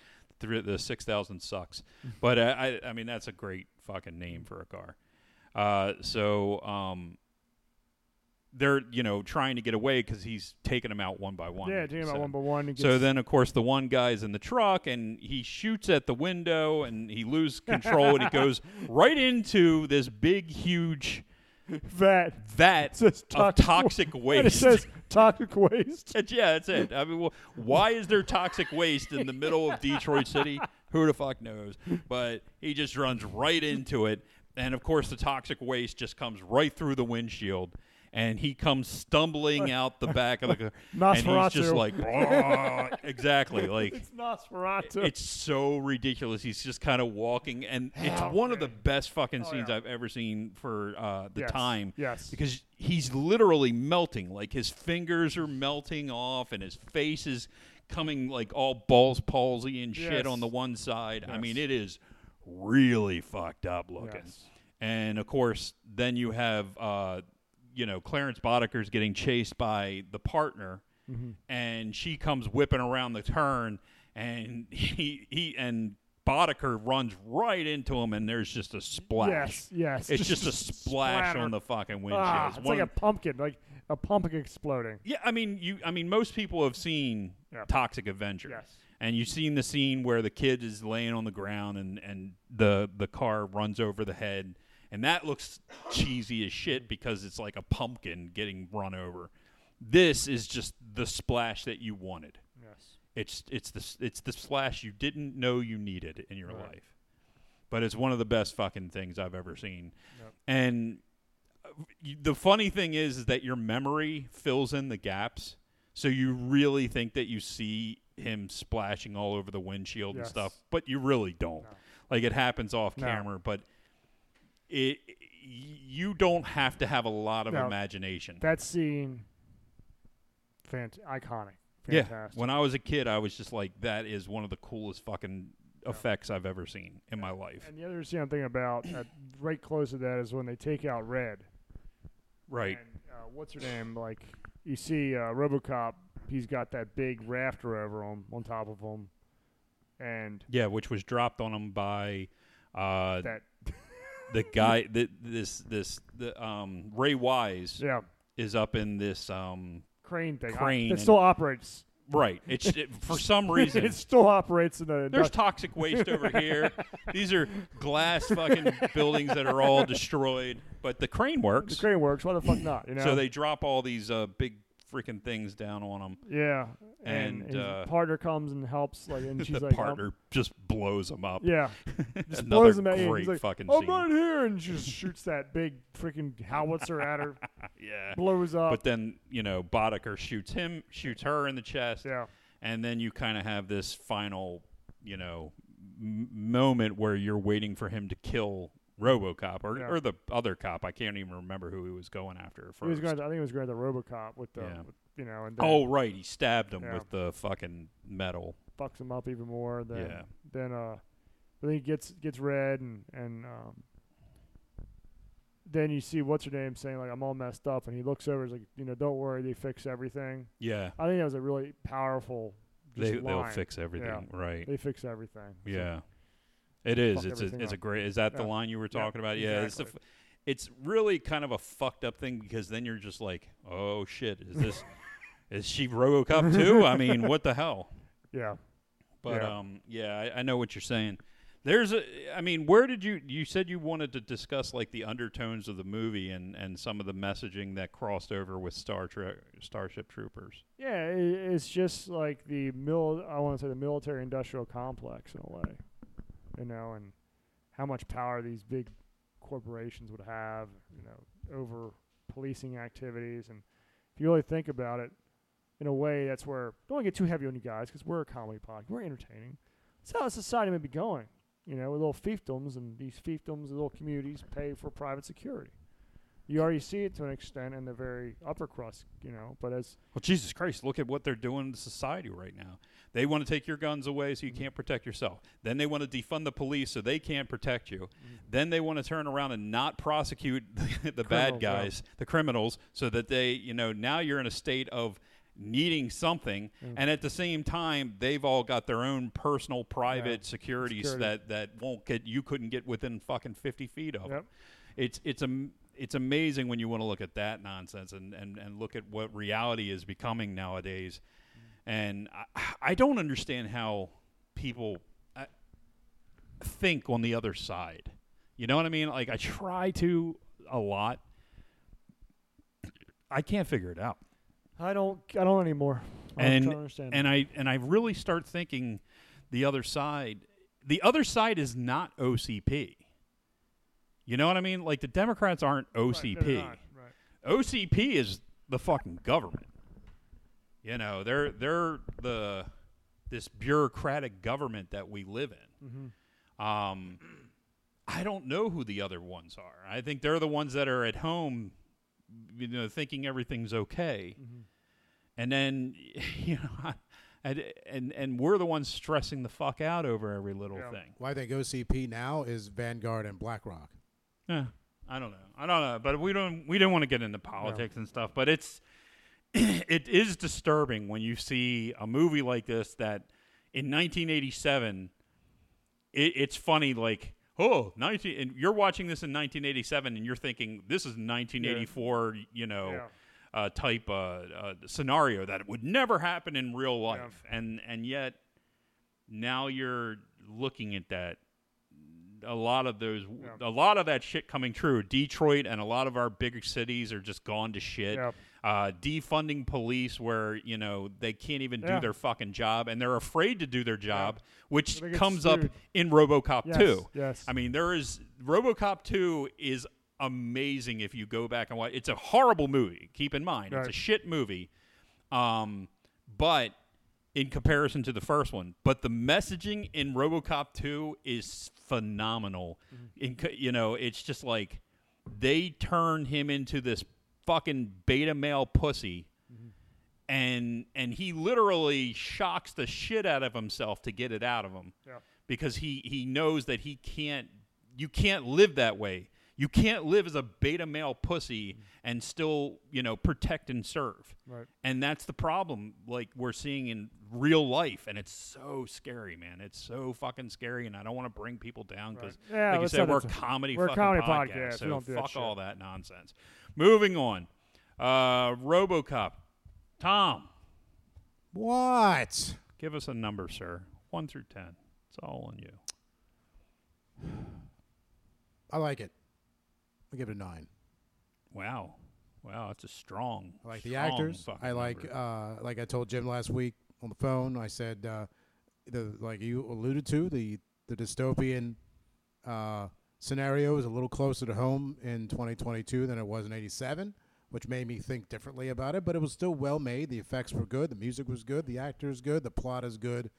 Speaker 2: th- the six thousand sucks. But uh, I, I mean, that's a great fucking name for a car. Uh, so um, they're you know trying to get away because he's taking them out one by one.
Speaker 1: yeah, taking them out
Speaker 2: So-
Speaker 1: one by one. And
Speaker 2: so
Speaker 1: gets-
Speaker 2: then, of course, the one guy's in the truck and he shoots at the window and he loses control and he goes right into this big, huge
Speaker 1: that
Speaker 2: vat
Speaker 1: says
Speaker 2: of
Speaker 1: toxic,
Speaker 2: toxic
Speaker 1: And it
Speaker 2: waste.
Speaker 1: says toxic waste.
Speaker 2: That's- yeah, that's it. I mean, well, why is there toxic waste in the middle of Detroit City? Who the fuck knows? But he just runs right into it, and of course, the toxic waste just comes right through the windshield. And he comes stumbling out the back of the car, and he's just
Speaker 1: Nosferatu.
Speaker 2: like, "Ah," exactly, like
Speaker 1: It's Nosferatu.
Speaker 2: it's so ridiculous. He's just kind of walking, and it's one of the best fucking
Speaker 1: Oh,
Speaker 2: scenes
Speaker 1: yeah.
Speaker 2: I've ever seen for uh, the
Speaker 1: Yes,
Speaker 2: time.
Speaker 1: yes.
Speaker 2: because he's literally melting. Like his fingers are melting off, and his face is coming like all balls palsy and shit
Speaker 1: Yes.
Speaker 2: on the one side. I mean,
Speaker 1: Yes.
Speaker 2: it is really fucked up looking.
Speaker 1: Yes.
Speaker 2: And of course, then you have uh, you know Clarence Boddicker's getting chased by the partner,
Speaker 1: Mm-hmm.
Speaker 2: and she comes whipping around the turn, and he he and Boddicker runs right into him, and there's just a splash.
Speaker 1: Yes, yes.
Speaker 2: It's just, a splash
Speaker 1: splatter.
Speaker 2: on the fucking windshield.
Speaker 1: Ah,
Speaker 2: It's
Speaker 1: it's
Speaker 2: one
Speaker 1: like a
Speaker 2: of-
Speaker 1: pumpkin, like a pumpkin exploding.
Speaker 2: yeah, I mean, you. I mean, most people have seen
Speaker 1: Yeah.
Speaker 2: Toxic Avenger,
Speaker 1: Yes.
Speaker 2: and you've seen the scene where the kid is laying on the ground and and the the car runs over the head, and that looks cheesy as shit because it's like a pumpkin getting run over. This is just the splash that you wanted.
Speaker 1: Yes.
Speaker 2: It's it's the s- it's the splash you didn't know you needed in your
Speaker 1: Right.
Speaker 2: life, but it's one of the best fucking things I've ever seen.
Speaker 1: Yep.
Speaker 2: And uh, you- the funny thing is, is that your memory fills in the gaps, so you really think that you see him splashing all over the windshield and
Speaker 1: Yes.
Speaker 2: stuff, but you really don't.
Speaker 1: No.
Speaker 2: Like it happens off
Speaker 1: No.
Speaker 2: camera, but it y- you don't have to have a lot of
Speaker 1: No.
Speaker 2: imagination.
Speaker 1: That scene, fant- iconic.
Speaker 2: yeah.
Speaker 1: Fantastic.
Speaker 2: When I was a kid, I was just like, that is one of the coolest fucking effects I've ever seen in my life.
Speaker 1: and the other scene I'm thinking about, uh, right close to that, is when they take out Red.
Speaker 2: Right.
Speaker 1: And, uh, what's her name? Like you see uh, RoboCop, he's got that big rafter over him, on top of him, and
Speaker 2: Yeah, which was dropped on him by uh,
Speaker 1: that
Speaker 2: the guy. That this this the um, Ray Wise
Speaker 1: yeah
Speaker 2: is up in this um,
Speaker 1: crane thing.
Speaker 2: Crane
Speaker 1: It
Speaker 2: and-
Speaker 1: still operates.
Speaker 2: right. It's it, for some reason
Speaker 1: it still operates in the.
Speaker 2: There's
Speaker 1: industri-
Speaker 2: toxic waste over here. These are glass fucking buildings that are all destroyed, but the crane
Speaker 1: the
Speaker 2: works.
Speaker 1: crane works. Why the fuck not? You know.
Speaker 2: So they drop all these uh, big freaking things down on them.
Speaker 1: yeah. And,
Speaker 2: and,
Speaker 1: his
Speaker 2: uh,
Speaker 1: partner comes and helps. Like and she's
Speaker 2: the
Speaker 1: like. um,
Speaker 2: partner just blows them up.
Speaker 1: Yeah.
Speaker 2: Another
Speaker 1: blows him at you.
Speaker 2: great
Speaker 1: He's like, "Oh,
Speaker 2: fucking
Speaker 1: I'm
Speaker 2: scene.
Speaker 1: right here, and she just shoots that big freaking howitzer at her,
Speaker 2: Yeah.
Speaker 1: blows up.
Speaker 2: But then you know Boddicker shoots him, shoots her in the chest,
Speaker 1: yeah.
Speaker 2: and then you kind of have this final, you know, m- moment where you're waiting for him to kill RoboCop or,
Speaker 1: Yeah.
Speaker 2: or the other cop. I can't even remember who he was going after first.
Speaker 1: He was going. To, I think he was going to RoboCop with the,
Speaker 2: Yeah.
Speaker 1: with, you know, and then
Speaker 2: Oh right, he stabbed him
Speaker 1: Yeah.
Speaker 2: with the fucking metal.
Speaker 1: fucks him up even more. Then
Speaker 2: Yeah.
Speaker 1: then uh, then he gets gets red and and um, then you see what's her name saying like I'm all messed up, and he looks over, he's like you know, don't worry, they fix everything.
Speaker 2: Yeah,
Speaker 1: I think that was a really powerful. Just
Speaker 2: they they'll
Speaker 1: line.
Speaker 2: fix everything. Right.
Speaker 1: They fix everything. So,
Speaker 2: yeah, it is.
Speaker 1: fuck
Speaker 2: It's a
Speaker 1: everything
Speaker 2: it's a
Speaker 1: up.
Speaker 2: great. Is that the
Speaker 1: Yeah.
Speaker 2: line you were
Speaker 1: Yeah,
Speaker 2: talking about? Yeah. It's the f
Speaker 1: exactly.
Speaker 2: it's really kind of a fucked up thing because then you're just like, oh shit, is this is she RoboCop too? I mean, what the hell?
Speaker 1: yeah.
Speaker 2: But
Speaker 1: Yeah.
Speaker 2: um, yeah, I, I know what you're saying. There's a, I mean, where did you? You said you wanted to discuss like the undertones of the movie and and some of the messaging that crossed over with Star Trek, Starship Troopers.
Speaker 1: Yeah, it, it's just like the mil. I want to say the military-industrial complex in a way, you know, and how much power these big corporations would have, you know, over policing activities. And if you really think about it, in a way, that's where don't wanna get too heavy on you guys because we're a comedy pod, we're entertaining. That's how society may be going, you know, with little fiefdoms and these fiefdoms, little communities pay for private security. You already see it to an extent in the very upper crust, you know, but as
Speaker 2: Well, Jesus Christ, look at what they're doing to society right now. They want to take your guns away so you
Speaker 1: Mm-hmm.
Speaker 2: can't protect yourself. Then they want to defund the police so they can't protect you.
Speaker 1: Mm-hmm.
Speaker 2: Then they want to turn around and not prosecute the, the bad
Speaker 1: Criminals, yeah.
Speaker 2: guys, the criminals, so that they, you know, now you're in a state of needing something
Speaker 1: Mm.
Speaker 2: and at the same time they've all got their own personal private securities
Speaker 1: Security.
Speaker 2: that that won't get you couldn't get within fucking 50 feet of 'em.
Speaker 1: Yep.
Speaker 2: it's it's a it's amazing when you want to look at that nonsense and, and, and look at what reality is becoming nowadays. And I, I don't understand how people uh, think on the other side. You know what I mean? Like, I try to a lot. I can't figure it out.
Speaker 1: I don't. I don't anymore. I don't
Speaker 2: and
Speaker 1: understand.
Speaker 2: and I and I really start thinking the other side. The other side is not OCP. You know what I mean? Like the Democrats aren't OCP. OCP is the fucking government. You know, they're they're the this bureaucratic government that we live in.
Speaker 1: Mm-hmm.
Speaker 2: Um, I don't know who the other ones are. I think they're the ones that are at home, you know, thinking everything's okay, and then you know, and and and we're the ones stressing the fuck out over every little
Speaker 1: Yeah.
Speaker 2: thing.
Speaker 3: Why I think OCP now is Vanguard and BlackRock.
Speaker 2: Yeah, Eh, I don't know. I don't know, but we don't we don't want to get into politics and stuff. But it's it is disturbing when you see a movie like this that in 1987, it, it's funny like. Oh, 19 and you're watching this in 1987 and you're thinking this is 1984, you know,
Speaker 1: Yeah.
Speaker 2: uh, type uh, uh, scenario that would never happen in real life. And and yet now you're looking at that a lot of those
Speaker 1: Yeah.
Speaker 2: a lot of that shit coming true detroit and a lot of our bigger cities are just gone to shit
Speaker 1: Yeah.
Speaker 2: uh, defunding police where you know they can't even
Speaker 1: Yeah.
Speaker 2: do their fucking job and they're afraid to do their job which
Speaker 1: They get
Speaker 2: comes up
Speaker 1: screwed.
Speaker 2: in robocop
Speaker 1: Yes,
Speaker 2: 2
Speaker 1: yes.
Speaker 2: i mean there is robocop 2 is amazing if you go back and watch it's a horrible movie keep in mind it's
Speaker 1: Right.
Speaker 2: a shit movie um, but in comparison to the first one. But the messaging in RoboCop 2 is phenomenal. In co you know, it's just like they turn him into this fucking beta male pussy. And and he literally shocks the shit out of himself to get it out of him.
Speaker 1: Yeah.
Speaker 2: Because he he knows that he can't you can't live that way. You can't live as a beta male
Speaker 1: Mm-hmm.
Speaker 2: pussy and still, you know, protect and serve.
Speaker 1: Right.
Speaker 2: And that's the problem, like we're seeing in real life, and it's so scary, man. It's so fucking scary, and I don't want to bring people down because,
Speaker 1: Right. Yeah,
Speaker 2: like you
Speaker 1: let's
Speaker 2: said,
Speaker 1: not-
Speaker 2: we're a
Speaker 1: that's a-
Speaker 2: comedy
Speaker 1: we're a
Speaker 2: fucking
Speaker 1: comedy
Speaker 2: podcast,
Speaker 1: podcast. We
Speaker 2: so
Speaker 1: don't do that
Speaker 2: fuck
Speaker 1: shit.
Speaker 2: all that nonsense. Moving on, uh, RoboCop. Tom,
Speaker 3: What?
Speaker 2: give us a number, sir. One through ten. It's all on you.
Speaker 3: I like it. I give it a nine.
Speaker 2: Wow, wow, that's a strong.
Speaker 3: I like the
Speaker 2: strong
Speaker 3: actors.
Speaker 2: fucking
Speaker 3: I like,
Speaker 2: number.
Speaker 3: uh, like I told Jim last week on the phone. I said, uh, the like you alluded to the the dystopian uh, scenario is a little closer to home in 2022 than it was in '87, which made me think differently about it. But it was still well made. The effects were good. The music was good. The actors good. The plot is good.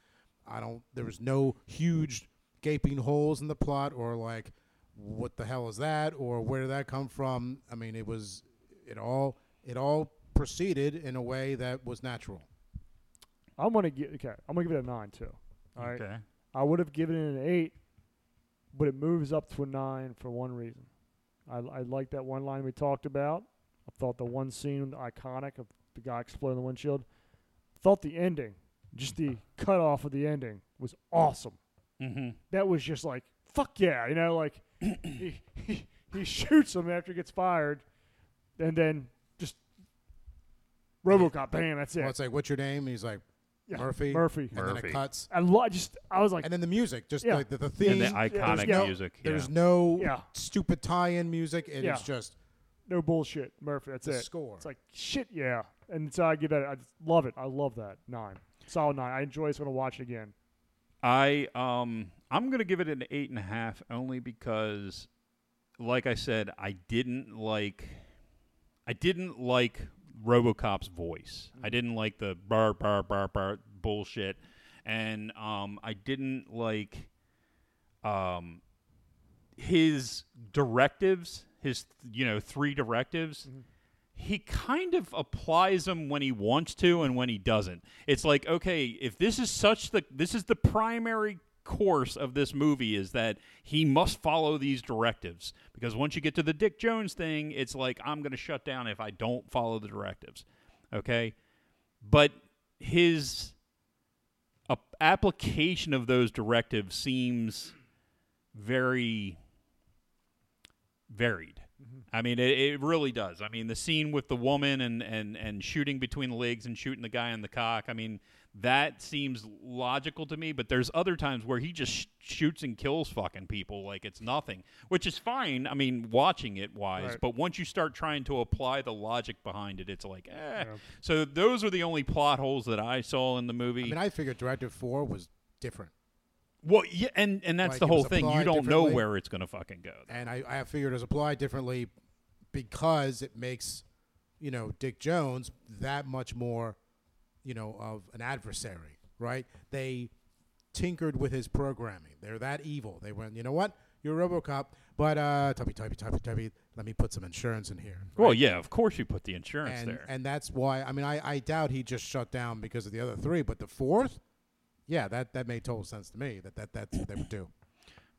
Speaker 3: I don't. There was no huge gaping holes in the plot or like, what the hell is that or where did that come from? I mean, it was it all it all proceeded in a way that was natural.
Speaker 1: I'm gonna give okay. I'm gonna give it a nine too. All right.
Speaker 2: okay.
Speaker 1: I would have given it an eight, but it moves up to a nine for one reason. I, I like that one line we talked about. I thought the one scene iconic of the guy exploding the windshield. Thought the ending, just the cutoff of the ending was awesome.
Speaker 2: Mm-hmm.
Speaker 1: That was just like fuck yeah, you know, like he, he he shoots him after he gets fired, and then just RoboCop, bam, that's it.
Speaker 3: Well, it's like, what's your name? And he's like,
Speaker 1: Yeah,
Speaker 3: Murphy.
Speaker 1: Murphy.
Speaker 3: And then
Speaker 2: Murphy.
Speaker 3: it cuts.
Speaker 1: I lo- I just I was like,
Speaker 3: And then the music, just
Speaker 1: Yeah.
Speaker 3: like the, the
Speaker 2: And
Speaker 3: theme.
Speaker 2: the
Speaker 1: yeah,
Speaker 2: iconic
Speaker 1: there's no-
Speaker 2: music. yeah.
Speaker 3: There's no
Speaker 1: Yeah.
Speaker 3: stupid tie-in music. It is
Speaker 1: Yeah.
Speaker 3: just
Speaker 1: no bullshit, Murphy. That's
Speaker 3: the
Speaker 1: it.
Speaker 3: score.
Speaker 1: It's like shit, yeah. And so I give that. I just love it. I love that nine, solid nine. I enjoy. It's gonna watch it again.
Speaker 2: I um I'm gonna give it an eight and a half only because, like I said, I didn't like, I didn't like RoboCop's voice.
Speaker 3: Mm-hmm.
Speaker 2: I didn't like the bar bar bar bar bullshit, and um I didn't like, um, his directives. His you know three directives
Speaker 3: Mm-hmm.
Speaker 2: he kind of applies them when he wants to and when he doesn't. It's like, okay, if this is such the this is the primary course of this movie is that he must follow these directives because once you get to the Dick Jones thing, it's like I'm going to shut down if I don't follow the directives. Okay? But his ap- application of those directives seems very varied.
Speaker 3: Mm-hmm.
Speaker 2: I mean, it, it really does. I mean, the scene with the woman and, and, and shooting between the legs and shooting the guy in the cock. I mean, that seems logical to me. But there's other times where he just sh- shoots and kills fucking people like it's nothing, which is fine. I mean, watching it wise,
Speaker 1: Right.
Speaker 2: but once you start trying to apply the logic behind it, it's like, eh. So those are the only plot holes that I saw in the movie.
Speaker 3: I mean, I figured Directive Four was different,
Speaker 2: Well, yeah, and and that's
Speaker 3: Like,
Speaker 2: the
Speaker 3: it was
Speaker 2: whole thing. You
Speaker 3: applied
Speaker 2: don't know
Speaker 3: differently.
Speaker 2: where it's going to fucking go.
Speaker 3: and I, I figured it was applied differently because it makes you know Dick Jones that much more you know of an adversary, right? They tinkered with his programming. They're that evil. They went, you know what? You're a RoboCop, but uh, tubby, tubby, tubby, tubby. Let me put some insurance in here.
Speaker 2: Well, yeah, of course you put the insurance
Speaker 3: and,
Speaker 2: there.
Speaker 3: And that's why I mean I, I doubt he just shut down because of the other three, but the fourth, yeah, that, that made total sense to me that, that that's what they would do.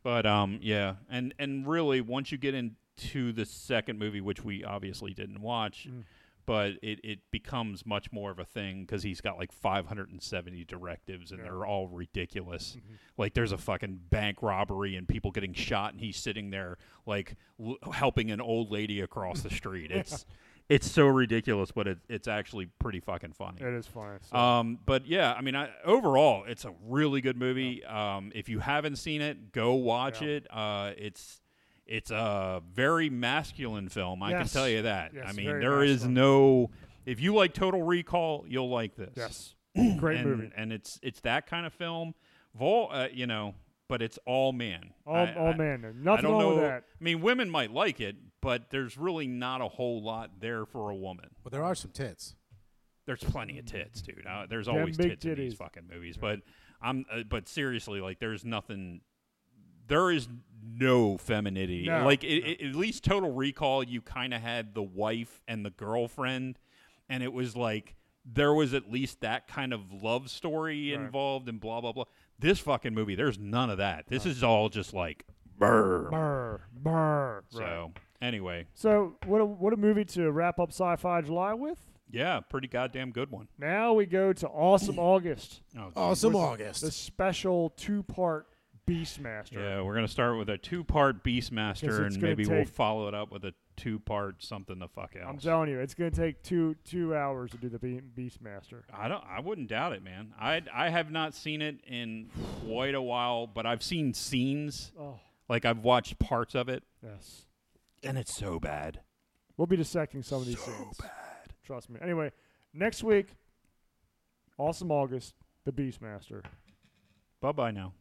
Speaker 2: but um, yeah, and and really, once you get into the second movie, which we obviously didn't watch,
Speaker 3: Mm.
Speaker 2: but it it becomes much more of a thing because he's got like 570 directives, and they're all ridiculous.
Speaker 3: Mm-hmm.
Speaker 2: Like there's a fucking bank robbery and people getting shot, and he's sitting there like l- helping an old lady across the street. It's it's so ridiculous, but it, it's actually pretty fucking funny.
Speaker 1: It is fun. So.
Speaker 2: Um, but yeah, I mean, I, overall, it's a really good movie. Um, if you haven't seen it, go watch
Speaker 1: Yeah.
Speaker 2: it. Uh, it's it's a very masculine film. I can
Speaker 1: Yes.
Speaker 2: tell you that.
Speaker 1: Yes,
Speaker 2: I mean,
Speaker 1: very
Speaker 2: there is
Speaker 1: masculine.
Speaker 2: no. If you like Total Recall, you'll like this.
Speaker 1: yes, great
Speaker 2: and,
Speaker 1: movie.
Speaker 2: And it's it's that kind of film. Vol, uh, you know, but it's all man.
Speaker 1: All,
Speaker 2: I-
Speaker 1: all
Speaker 2: I-
Speaker 1: Oh, man, there.
Speaker 2: I
Speaker 1: nothing
Speaker 2: don't
Speaker 1: wrong
Speaker 2: know.
Speaker 1: with that.
Speaker 2: I mean, women might like it, but there's really not a whole lot there for a woman.
Speaker 3: Well, there are some tits.
Speaker 2: there's plenty of tits, dude. Uh, there's
Speaker 1: Them
Speaker 2: always
Speaker 1: big
Speaker 2: tits in these
Speaker 1: titties.
Speaker 2: fucking movies, but I'm uh, but seriously, like there's nothing. There is no femininity.
Speaker 1: No.
Speaker 2: Like it, it- at least Total Recall, you kind of had the wife and the girlfriend, and it was like there was at least that kind of love story
Speaker 1: Right.
Speaker 2: involved and blah blah blah. This fucking movie, there's none of that. This is all just like brr.
Speaker 1: Burr, burr.
Speaker 2: So anyway,
Speaker 1: So what a what a movie to wrap up Sci-Fi July with.
Speaker 2: yeah, pretty goddamn good one.
Speaker 1: Now we go to Awesome August,
Speaker 2: Oh,
Speaker 3: Awesome
Speaker 1: the
Speaker 3: August.
Speaker 1: special two-part Beastmaster.
Speaker 2: Yeah, we're gonna start with a two-part Beastmaster,
Speaker 1: it's
Speaker 2: and
Speaker 1: gonna
Speaker 2: maybe we'll
Speaker 1: take-
Speaker 2: follow it up with a two-part something the fuck
Speaker 1: I'm
Speaker 2: else.
Speaker 1: telling you, it's going to take two two hours to do the Be- Beastmaster.
Speaker 2: I don't. I wouldn't doubt it, man. I I have not seen it in quite a while, but I've seen scenes.
Speaker 1: Oh
Speaker 2: Like I've watched parts of it,
Speaker 1: yes,
Speaker 2: and it's so bad.
Speaker 1: we'll be dissecting some of these scenes. Trust me. Anyway, next week, awesome August, the Beastmaster.
Speaker 2: Bye bye now.